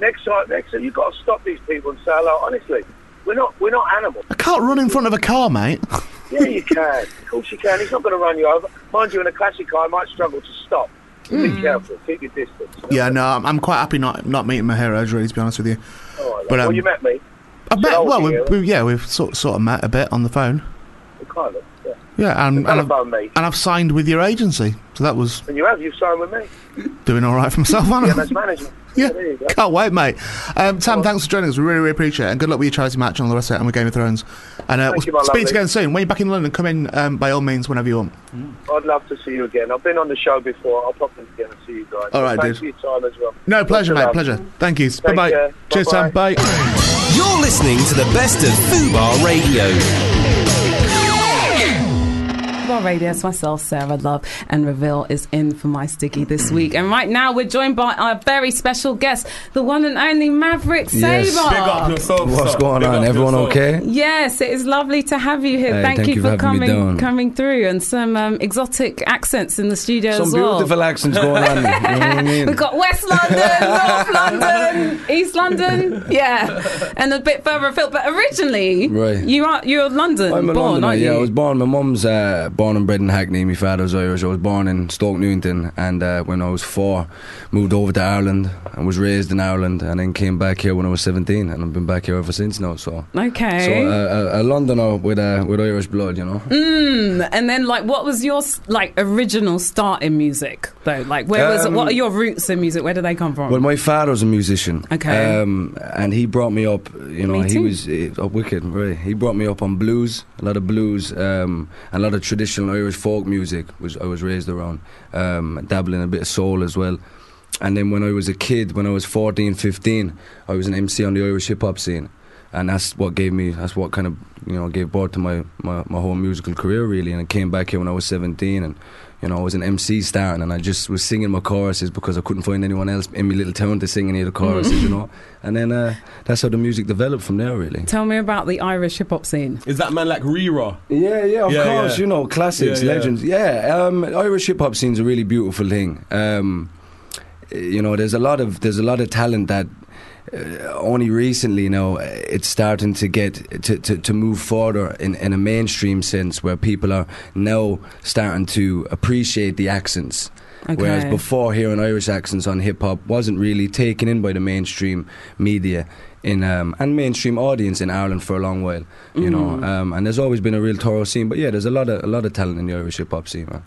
H: Next time, next time, you've got to stop these people and say hello. Honestly, we're not we're not animals.
G: I can't run in front of a car, mate.
H: Yeah, you can. of course you can. He's not going to run you over. Mind you, in a classic car, I might struggle to stop.
G: Hmm.
H: Be careful. Keep your distance.
G: yeah, no, I'm, I'm quite happy not not meeting my heroes. Really, to be honest with you,
H: All right,
G: but,
H: well,
G: um,
H: you met me.
G: I bet.
H: old
G: Well,
H: are
G: we,
H: you?
G: we, yeah, we've sort sort of met a bit on the phone.
H: Kind of. Yeah.
G: Yeah, and, and, I've,
H: Telephone me.
G: and I've signed with your agency, so that was
H: And you have. You've signed with me.
G: doing all right for myself,
H: Yeah,
G: wasn't
H: that's
G: I?
H: management.
G: Yeah,
H: there you go.
G: can't wait, mate. Um, Tam, thanks for joining us. We really, really appreciate it. And good luck with your charity match and all the rest of it and with Game of Thrones. And uh,
H: Thank
G: we'll
H: you, my
G: speak to you
H: lovely.
G: again soon. When you're back in London, come in um, by all means whenever you want.
H: I'd love to see you again. I've been on the show before. I'll pop in again and see you guys.
G: All right,
H: Thanks
G: dude.
H: for your time as well.
G: No, pleasure,
H: Lots of
G: mate.
H: love.
G: Pleasure. Thank you. Bye bye.
H: care.
G: Cheers, Tam. Bye.
A: You're listening to the best of Fubar Radio.
J: Bar Radio. It's myself, Sarah Love, and Reveal is in for my sticky this week. And right now, we're joined by our very special guest, the one and only Maverick Saber.
K: Yes. Big up
L: yourself.
K: What's going on? Everyone okay?
J: Yes, it is lovely to have you here.
K: Hey,
J: thank,
K: thank
J: you
K: you
J: for
K: for having me
J: coming
K: down.
J: coming through and some um, exotic accents in the studio
K: Some
J: as well.
K: beautiful accents going on. You know what I mean?
J: We've got West London, North London, East London, yeah, and a bit further afield. But originally,
K: Right.
J: you are you're London
K: I'm a
J: born,
K: Londoner,
J: aren't
K: yeah. I
J: you?
K: was born. My mum's uh, born and bred in Hackney. My father's Irish. I was born in Stoke Newington, and uh, when I was four, moved over to Ireland and was raised in Ireland, and then came back here when I was 17, and I've been back here ever since now. So,
J: Okay.
K: so uh, a, a Londoner with uh, with Irish blood, you know.
J: Mm, and then, like, what was your s- like original start in music though? Like, where was
K: Um,
J: what are your roots in music? Where do they come from?
K: Well, my father was a musician.
J: Okay.
K: Um, and he brought me up, you know,
J: Me
K: he
J: too.
K: was eh, oh, wicked, right? He brought me up on blues, a lot of blues, um, and a lot of traditional Irish folk music was I was raised around, um, dabbling a bit of soul as well. And then when I was a kid, when I was 14, 15, I was an MC on the Irish hip hop scene. And that's what gave me, that's what kind of, you know, gave birth to my, my, my whole musical career, really. And I came back here when I was 17 and, you know, I was an MC starting and I just was singing my choruses because I couldn't find anyone else in my little town to sing any of the choruses, you know. And then uh, that's how the music developed from there, really.
J: Tell me about the Irish hip hop scene.
L: Is that man like Rira?
K: Yeah, yeah, of
L: Yeah,
K: course.
L: yeah.
K: You know, classics,
L: Yeah, yeah.
K: legends. Yeah, um, Irish hip hop scene's a really beautiful thing. Um, you know, there's a lot of there's a lot of talent that uh, only recently now uh, it's starting to get to, to, to move further in, in a mainstream sense where people are now starting to appreciate the accents. Whereas
J: Okay.
K: before, hearing Irish accents on hip hop wasn't really taken in by the mainstream media in um, and mainstream audience in Ireland for a long while, you know. Um, and there's always been a real thorough scene, but yeah, there's a lot of a lot of talent in the Irish hip hop scene, man.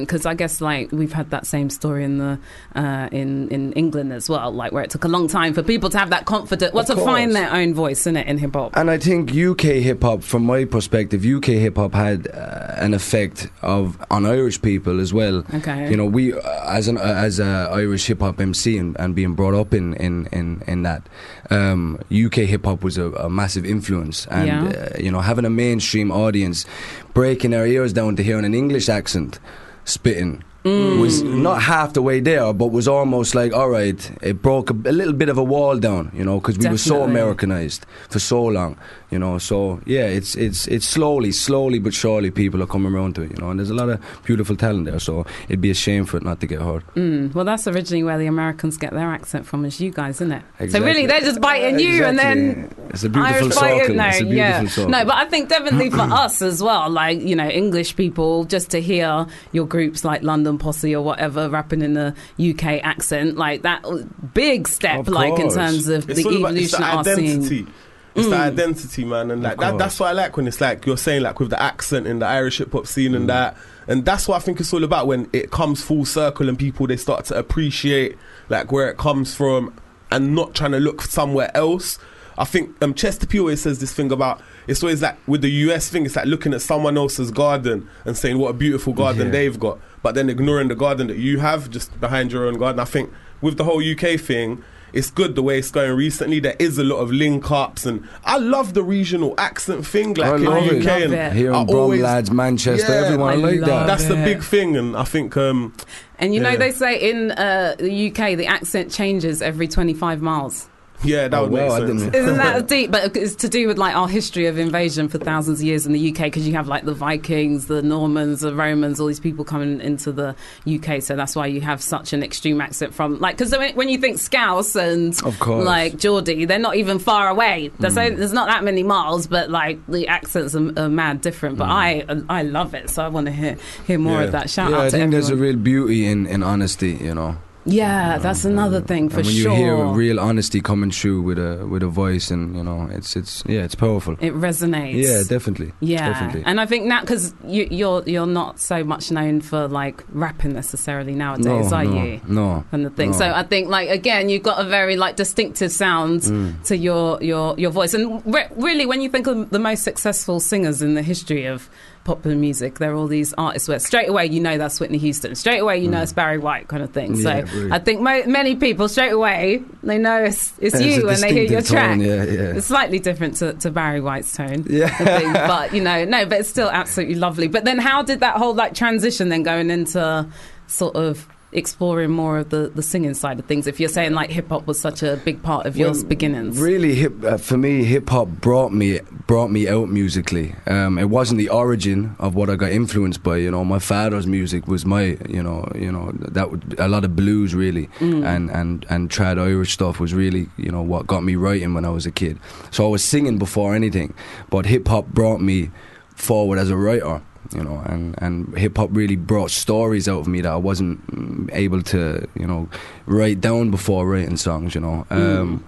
J: Because Mm, I guess like we've had that same story in the uh, in in England as well, like where it took a long time for people to have that confidence, well,
K: Of
J: to find
K: course.
J: their own voice in it in hip hop.
K: And I think UK hip hop, from my perspective, UK hip hop had uh, an effect of on Irish people as well.
J: Okay.
K: You know, we uh, as an uh, as a Irish hip hop MC and, and being brought up in in in, in that um, UK hip hop was a, a massive influence, and
J: Yeah.
K: uh, you know, having a mainstream audience breaking their ears down to hearing an English accent spitting.
J: Mm.
K: Was not half the way there, but was almost like, all right, it broke a, a little bit of a wall down, you know, because we were so
J: Definitely.
K: Americanized for so long, you know. So yeah, it's it's it's slowly, slowly but surely, people are coming around to it, you know. And there's a lot of beautiful talent there, so it'd be a shame for it not to get heard.
J: Mm. Well, that's originally where the Americans get their accent from, is you guys, isn't it? So
K: Exactly.
J: really, they're just biting you, and then
K: it's a beautiful
J: Irish white,
K: circle.
J: no,
K: it's a beautiful
J: yeah.
K: circle.
J: No, but I think definitely for us as well, like, you know, English people, just to hear your groups like London Posse or whatever rapping in the UK accent, like that w- big step,
K: Of
J: like, in
K: course.
J: terms of
L: It's
J: the
L: all about it's
J: evolution Mm. of
L: the
J: our scene.
L: identity. It's the identity, man, and like that, that's what I like when it's like you're saying like with the accent and the Irish hip hop scene
K: Mm.
L: and that, and that's what I think it's all about when it comes full circle and people they start to appreciate like where it comes from and not trying to look somewhere else. I think um, Chester P always says this thing about it's always like with the US thing, it's like looking at someone else's garden and saying what a beautiful garden
K: Yeah.
L: they've got, but then ignoring the garden that you have just behind your own garden. I think with the whole UK thing, it's good the way it's going recently. There is a lot of link ups, and I love the regional accent thing, like
K: I
L: in
K: love
L: the
K: it.
L: UK.
J: Love
L: and
J: it.
K: Here
L: I
K: in Brom,
L: always-
K: lads, Manchester,
L: Yeah.
K: everyone, I,
J: I
K: like
J: love
K: that.
L: That's the
J: it.
L: big thing, and I think um,
J: And, you know,
L: Yeah.
J: they say in uh, the UK, the accent changes every 25 miles.
L: yeah, that
K: Oh,
L: would
K: well, I
L: make sense.
K: didn't-
J: Isn't that deep? But it's to do with like our history of invasion for thousands of years in the UK because you have like the Vikings, the Normans, the Romans, all these people coming into the UK. So that's why you have such an extreme accent from like because when you think Scouse and
K: Of course. Mm.
J: like Geordie, they're not even far away. There's, only- there's not that many miles, but like the accents are, are mad different. But I I love it, so I want to hear hear more
L: Yeah.
J: of that. Shout
K: Mm. yeah,
J: out
K: I
J: to
K: think there's a
J: everyone.
K: real beauty in, in honesty, you know.
J: yeah, that's another thing for
K: and when
J: sure.
K: you hear a real honesty coming through with a with a voice, and you know, it's it's yeah, it's powerful.
J: it resonates.
K: yeah, definitely.
J: Yeah,
K: definitely.
J: and I think now because you, you're you're not so much known for like rapping necessarily nowadays,
K: no,
J: are
K: no,
J: you?
K: No.
J: And the thing,
K: No.
J: so I think like again, you've got a very like distinctive sound
K: Mm.
J: to your your your voice, and re- really when you think of the most successful singers in the history of popular music, there are all these artists where straight away you know that's Whitney Houston, straight away you know it's Barry White kind of thing.
K: Mm. Yeah,
J: so
K: really.
J: I think mo- many people straight away they know it's, it's
K: There's a
J: you when they hear your
K: distinctive
J: track.
K: tone, yeah, yeah.
J: It's slightly different to, to Barry White's tone.
K: Yeah.
J: I think, but you know, no, but it's still absolutely lovely. But then how did that whole like transition then going into sort of exploring more of the, the singing side of things if you're saying like hip hop was such a big part of yours
K: Well,
J: beginnings?
K: Really, hip, uh, for me, hip hop brought me brought me out musically. Um, it wasn't the origin of what I got influenced by. You know, my father's music was my, you know, you know that would, a lot of blues really,
M: Mm.
K: and and and trad Irish stuff was really, you know, what got me writing when I was a kid. So I was singing before anything, but hip hop brought me forward as a writer. You know, and, and hip hop really brought stories out of me that I wasn't mm, able to, you know, write down before writing songs. You know,
J: Mm.
K: um,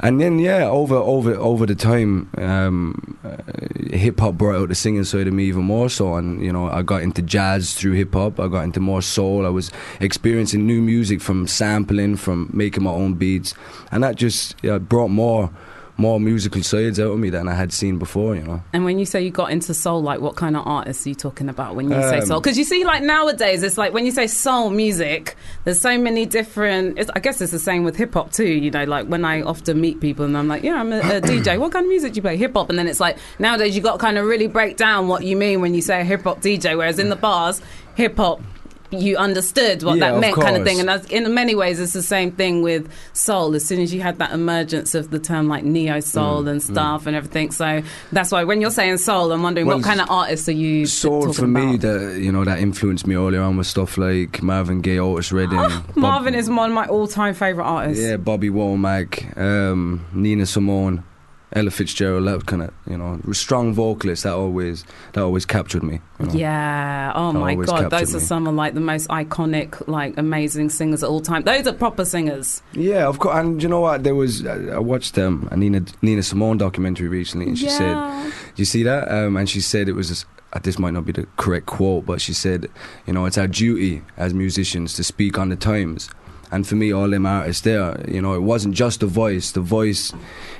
K: and then yeah, over over over the time, um, uh, hip hop brought out the singing side of me even more so, and you know, I got into jazz through hip hop. I got into more soul. I was experiencing new music from sampling, from making my own beats, and that just yeah, brought more more musical sides out of me than I had seen before. You know.
J: And when you say you got into soul, like what kind of artists are you talking about when you say
K: Um,
J: soul? Because you see, like nowadays, it's like when you say soul music, there's so many different. It's, I guess it's the same with hip hop too. You know, like when I often meet people and I'm like, yeah, I'm a, a DJ. What kind of music do you play? Hip hop. And then it's like nowadays you got to kind of really break down what you mean when you say hip hop DJ. Whereas in the bars, hip hop. You understood what
K: Yeah,
J: that
K: of
J: meant, kind of thing,
K: course.
J: and that's- in many ways, it's the same thing with soul. As soon as you had that emergence of the term like neo soul
K: Mm,
J: and
K: mm.
J: stuff and everything, so that's why when you're saying soul, I'm wondering what
K: Well,
J: kind of artists are you
K: Soul
J: talking
K: for
J: about?
K: me that you know that influenced me earlier on with stuff like Marvin Gaye, Otis Redding, Bob
J: Ah, Marvin is one of my all-time favorite artists.
K: Yeah, Bobby Womack, um, Nina Simone, Ella Fitzgerald, that kind of you know strong vocalist that always that always captured me. you know.
J: Yeah. Oh
K: That
J: my
K: always
J: god,
K: captured
J: those are
K: me.
J: some of like the most iconic, like amazing singers of all time. Those are proper singers.
K: Yeah, of course. And you know what? There was I I watched um, a Nina Nina Simone documentary recently, and she
J: Yeah.
K: said, "You see that?" Um, and she said it was. uh, This might not be the correct quote, but she said, "You know, it's our duty as musicians to speak on the times." And for me, all them artists there, you know, it wasn't just the voice. The voice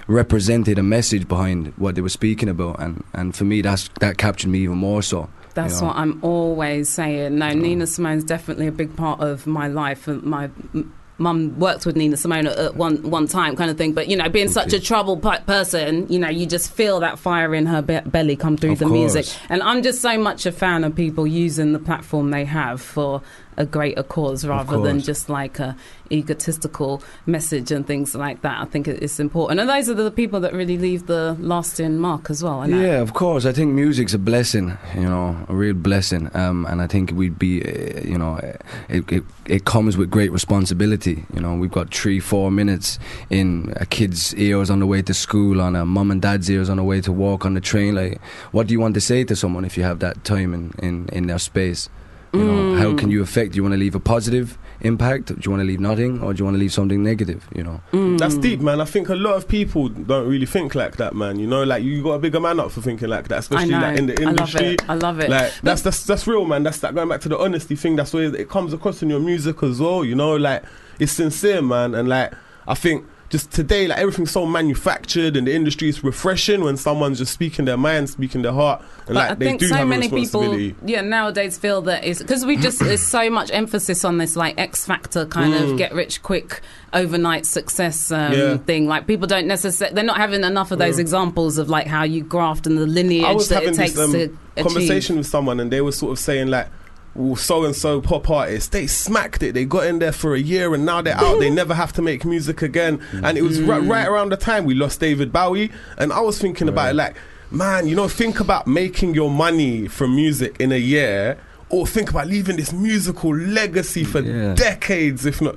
K: represented a message behind what they were speaking about, and, and for me, that's that captured me even more so. you
J: That's
K: know.
J: what I'm always saying. No, Nina Simone's definitely a big part of my life. And my m- mum worked with Nina Simone at- at one one time, kind of thing. But you know, being such a troubled pe- person, you know, you just feel that fire in her be- belly come through
K: Of
J: the music.
K: course.
J: And I'm just so much a fan of people using the platform they have for a greater cause rather than
K: course.
J: just like a egotistical message and things like that. I think it- it's important. And those are the people that really leave the lasting mark as well. I know.
K: Yeah, of course. I think music's a blessing, you know, a real blessing. Um, and I think we'd be, uh, you know, uh, it, it, it comes with great responsibility. You know, we've got three, four minutes in a kid's ears on the way to school, on a mum and dad's ears on the way to walk, on the train. Like, what do you want to say to someone if you have that time in, in, in their space? You know, how can you affect? Do you want to leave a positive impact? Do you want to leave nothing? Or do you want to leave something negative? You know?
J: Mm.
L: That's deep, man. I think a lot of people don't really think like that, man. You know, like you got to big a man up for thinking like that, especially
J: I know.
L: like in the
J: I love
L: industry.
J: it. I love it.
L: Like that's that's that's real, man. That's that going back to the honesty thing. That's where it comes across in your music as well. You know, like it's sincere, man. And like I think just today, like everything's so manufactured, and the industry is refreshing when someone's just speaking their mind, speaking their heart, and like
J: But
L: they
J: I think
L: do
J: so
L: have
J: many
L: a responsibility.
J: people, yeah, nowadays feel that it's because we just there's so much emphasis on this like X Factor kind
L: Mm.
J: of get rich quick overnight success um,
L: Yeah.
J: thing. Like people don't necessarily they're not having enough of those
L: Mm.
J: examples of like how you graft and the lineage
L: I was
J: that
L: having
J: it takes
L: this um,
J: to achieve.
L: conversation with someone, and they were sort of saying like, "Well, so and so pop artists, they smacked it. They got in there for a year, and now they're out. they never have to make music again." And it was ri- right,
J: Mm.
L: around the time we lost David Bowie, and I was thinking about it like, man, you know, think about making your money from music in a year. Or think about leaving this musical legacy for decades, if not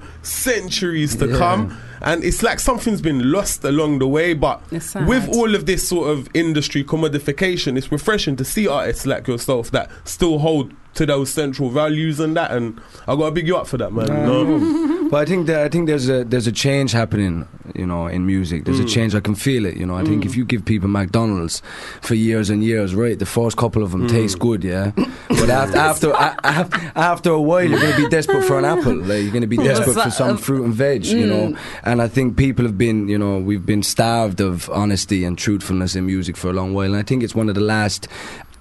L: centuries to
K: Yeah.
L: come. Mm. And it's like something's been lost along the way, but
J: It's sad.
L: with all of this sort of industry commodification, it's refreshing to see artists like yourself that still hold to those central values and that. And I got to big you up for that, man. you know?
K: but I think that I think there's a there's a change happening, you know, in music. There's a
L: Mm.
K: change. I can feel it. You know, I think
L: Mm.
K: if you give people McDonald's for years and years, right, the first couple of them taste good, yeah. But after after a- a- after a while, you're gonna be desperate for an apple. Like you're gonna be
M: Yeah.
K: desperate
M: It's
K: for
M: like,
K: some
M: um,
K: fruit and veg, you know.
M: Mm.
K: And I think people have been, you know, we've been starved of honesty and truthfulness in music for a long while. And I think it's one of the last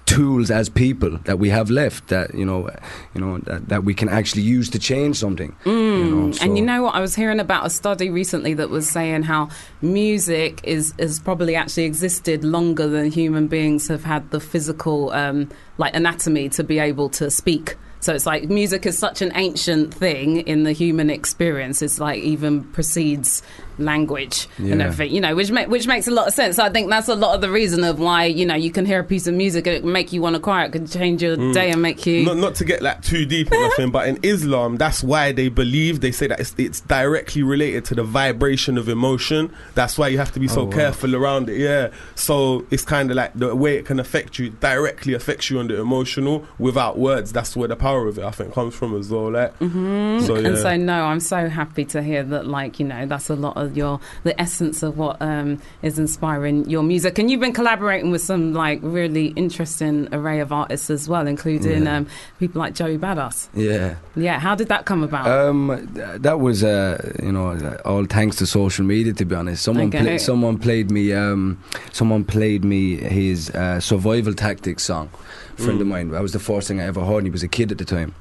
K: tools as people that we have left that you know you know that, that we can actually use to change something
J: Mm.
K: know, so-
J: And you know what? I was hearing about a study recently that was saying how music is is probably actually existed longer than human beings have had the physical um, like anatomy to be able to speak. So it's like music is such an ancient thing in the human experience. It's like even precedes language and
M: Yeah.
J: everything, you know, which ma- which makes a lot of sense. So I think that's a lot of the reason of why you know you can hear a piece of music and it can make you want to cry. It can change your
L: Mm.
J: day and make you
L: Not, not to get like too deep or nothing, but in Islam, that's why they believe they say that it's, it's directly related to the vibration of emotion. That's why you have to be so
K: Oh, wow.
L: careful around it. Yeah. So it's kind of like the way it can affect you directly affects you on the emotional without words. That's where the power of it, I think, comes from as well. Like,
J: Mm,
L: So,
J: And
L: yeah.
J: so, no, I'm so happy to hear that. Like, you know, that's a lot of your the essence of what um, is inspiring your music. And you've been collaborating with some like really interesting array of artists as well, including
K: Yeah.
J: um, people like Joey Badass.
K: yeah
J: Yeah, how did that come about?
K: Um, th- that was uh, you know, all thanks to social media. To be honest, someone
J: Okay.
K: pla- someone played me um, someone played me his uh, survival tactics song. Friend of
L: Mm.
K: mine. That was the first thing I ever heard. And he was a kid at the time,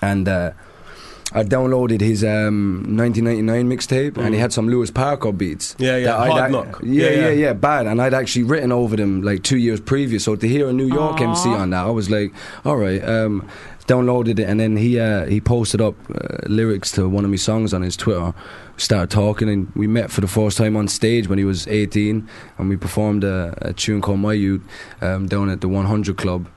K: and. Uh, I downloaded his um, 1999 mixtape, and he had some Lewis Parker beats.
L: Mm. Yeah, yeah,
K: that I'd
L: Hard
K: ac-
L: Knock.
K: Yeah,
L: Yeah,
K: yeah,
L: yeah.
K: yeah, bad. And I'd actually written over them like two years previous. So to hear a New York MC
L: Aw.
K: on that, I was like, all right. Um, downloaded it, and then he uh, he posted up uh, lyrics to one of my songs on his Twitter. Started talking, and we met for the first time on stage when he was 18, and we performed a, a tune called My Youth um, down at the 100 Club.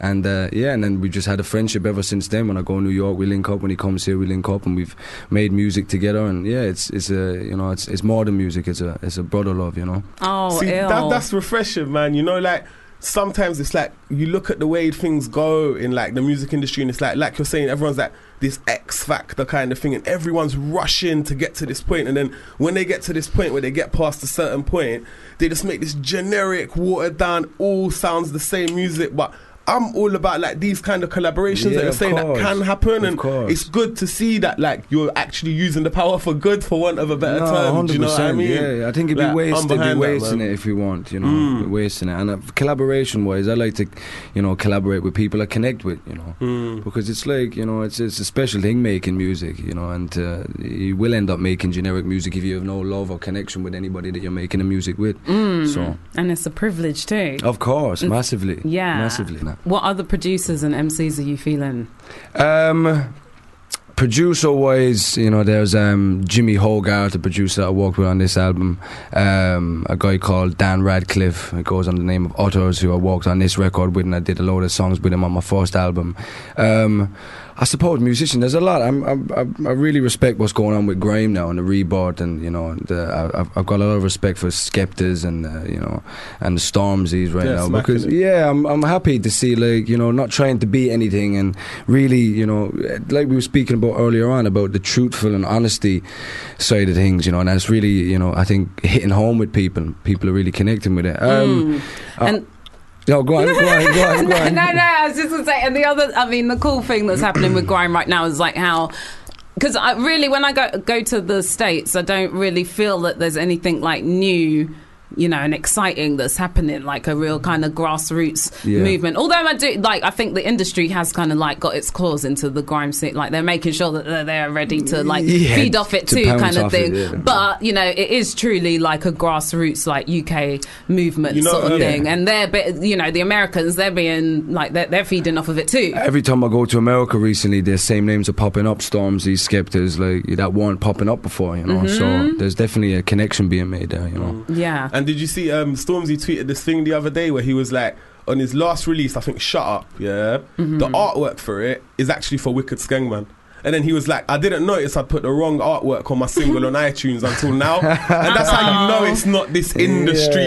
K: And uh, yeah, and then we just had a friendship ever since then. When I go to New York, we link up. When he comes here, we link up, and we've made music together. And yeah, it's it's a you know it's it's more than music. It's a it's a brother love, you know.
J: Oh,
L: See, that,
J: ill.
L: that's refreshing, man. You know, like sometimes it's like you look at the way things go in like the music industry, and it's like, like you're saying, everyone's like this X factor kind of thing, and everyone's rushing to get to this point, and then when they get to this point where they get past a certain point, they just make this generic, watered down, all sounds the same music, but. I'm all about like these kind of
K: Yeah,
L: collaborations that you're
K: of
L: saying
K: course.
L: that can happen,
K: Of
L: and
K: course.
L: it's good to see that like you're actually using the power for good, for want of a better
K: No,
L: term. Do you know what I
K: 100%,
L: mean?
K: Yeah, I think it'd be
L: Like, I'm
K: waste, it'd be
L: behind that,
K: wasting
L: man.
K: it if we want, you know,
L: Mm.
K: we're wasting it. And uh, collaboration wise, I like to, you know, collaborate with people I connect with, you know,
L: Hmm.
K: because it's like, you know, it's it's a special thing making music, you know, and uh, you will end up making generic music if you have no love or connection with anybody that you're making the music with.
L: Hmm.
J: Mm.
K: So, Oh.
J: And it's a privilege too.
K: of course,
J: Mm.
K: massively,
J: Yeah.
K: massively. Nah.
J: What other producers and MCs are you feeling?
K: Um, producer wise, you know, there's um, Jimmy Hogarth, the producer that I worked with on this album. Um, a guy called Dan Radcliffe, it goes under the name of Otters, who I worked on this record with, and I did a load of songs with him on my first album. Um, I suppose musician, there's a lot. I'm, I'm, I'm- I really respect what's going on with Grime now and the Rebirth, and you know, the, I, I've- I've got a lot of respect for Skeptas and uh, you know, and the Stormzy's right
L: Yeah,
K: now
L: smacking
K: because
L: it.
K: yeah, I'm I'm happy to see like you know not trying to be anything and really you know like we were speaking about earlier on about the truthful and honesty side of things you know and that's really you know I think hitting home with people people are really connecting with it.
J: Hmm.
K: Um, and no, go on, go on, go on, go
J: no,
K: on.
J: no, no, I was just going to say, and the other, I mean, the cool thing that's happening with grime right now is like how. Because I really, when I go go to the states, I don't really feel that there's anything like new, you know, and exciting that's happening, like a real kind of grassroots
M: Yeah.
J: movement. Although I do like, I think the industry has kind of like got its claws into the grime scene, like they're making sure that they're, they're ready to like
M: Yeah,
J: feed off it
M: to
J: too,
M: pounce
J: kind of
M: off it,
J: thing.
M: yeah.
J: But you know, it is truly like a grassroots, like UK movement
K: You know,
J: sort of
K: um,
J: thing,
K: Yeah.
J: and they're bit, you know the Americans they're being like they're, they're feeding off of it too.
K: Every time I go to America recently, the same names are popping up. Stormzy, Skeptas, like that weren't popping up before, you know. So
J: Mhm.
K: there's definitely a connection being made there, you know.
J: Yeah.
L: And did you see um, Stormzy tweeted this thing the other day where he was like, on his last release, I think Shut Up, yeah, the artwork for it is actually for Wicked Skengman. And then he was like, I didn't notice I put the wrong artwork on my single on iTunes until now. And that's how you know it's not this industry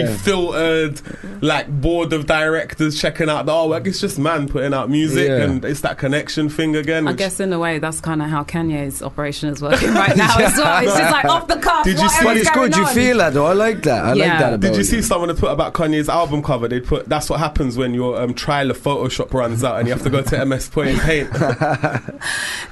K: Yeah.
L: filtered, like board of directors checking out the artwork. It's just man putting out music
K: Yeah.
L: and it's that connection thing again.
J: I
L: which-
J: guess in a way that's kind of how Kanye's operation is working right now as well. It's just like off the cuff.
L: Did you
J: whatever
L: see-
J: is
L: But it's
J: going
K: Good, you
J: on.
K: feel that though. I like that. I like that. About
L: Did you
K: it.
L: see someone that put about Kanye's album cover? They put that's what happens when your um, trial of Photoshop runs out and you have to go to MS Point and paint.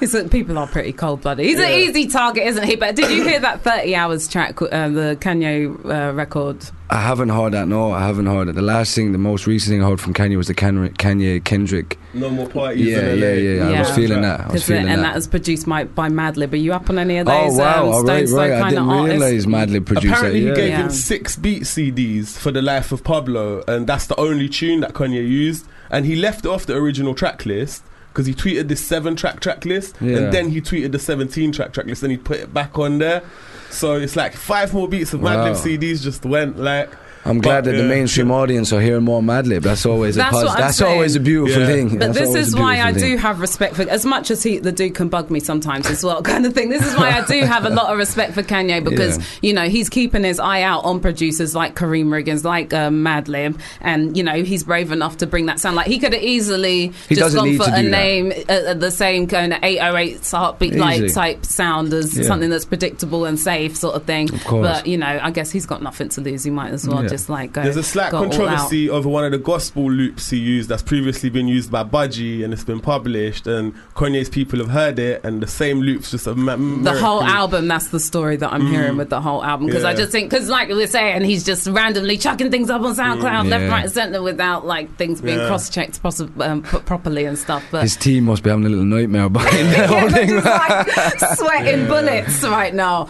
J: It's that people are pretty cold blooded. He's an
M: Yeah.
J: easy target, isn't he? But did you hear that 30 hours track, uh, the Kanye uh, record?
K: I haven't heard that. No, I haven't heard it. The last thing, the most recent thing I heard from Kanye was the Ken- Kanye Kendrick.
L: No more parties
K: Yeah,
L: in LA.
K: yeah, yeah. I was feeling that. I was
J: 'Cause the-
K: feeling
J: and
K: that.
J: was produced by, by Madlib. Are you up on any of
K: Oh,
J: those
K: wow.
J: um,
K: All right,
J: Stone Sour
K: right. I
J: kind
K: didn't
J: of artists?
K: realise Madlib produced that,
L: Apparently,
K: yeah.
L: he gave
K: Yeah.
L: him six beat CDs for the life of Pablo, and that's the only tune that Kanye used. And he left it off the original track list because he tweeted this seven-track track list,
K: Yeah.
L: and then he tweeted the seventeen-track track list, and he put it back on there. So it's like five more beats of
K: Wow.
L: Madlib CDs just went like.
K: I'm glad
L: But,
K: that the
L: yeah.
K: mainstream audience are hearing more Madlib. That's always a
J: That's what
K: positive.
J: I'm
K: That's
J: saying.
K: always a beautiful
L: Yeah.
K: thing.
J: But
K: That's
J: this
K: always
J: is
K: a
J: why I
K: beautiful thing.
J: do have respect for, as much as he, the dude can bug me sometimes as well, kind of thing. This is why I do have a lot of respect for Kanye because,
M: Yeah.
J: you know, he's keeping his eye out on producers like Kareem Riggins, like uh, Madlib, and, you know, he's brave enough to bring that sound. Like, he could have easily
K: He
J: just
K: doesn't
J: gone
K: need
J: for
K: to
J: a
K: do that.
J: name, uh, uh, the same kind of 808 heartbeat like
K: Easy.
J: type sound as
K: Yeah.
J: something that's predictable and safe, sort of thing.
L: Of course.
J: But, you know, I guess he's got nothing to lose. He might as well
L: Yeah.
J: just, like, go.
L: There's a slight
J: go all out.
L: controversy over one of the gospel loops he used that's previously been used by Budgie and it's been published, and Kanye's people have heard it, and the same loops just a ma-
J: the whole
L: miracle.
J: album that's the story that i'm
L: Mm.
J: hearing with the whole album because i
L: Yeah.
J: just think because like we're saying he's just randomly chucking things up on soundcloud
K: Mm.
J: left
K: Yeah.
J: right and center without like things being
K: Yeah.
J: cross-checked possi- um, p- properly and stuff but
K: His team must be having a little nightmare behind the whole thing.
J: sweating bullets right now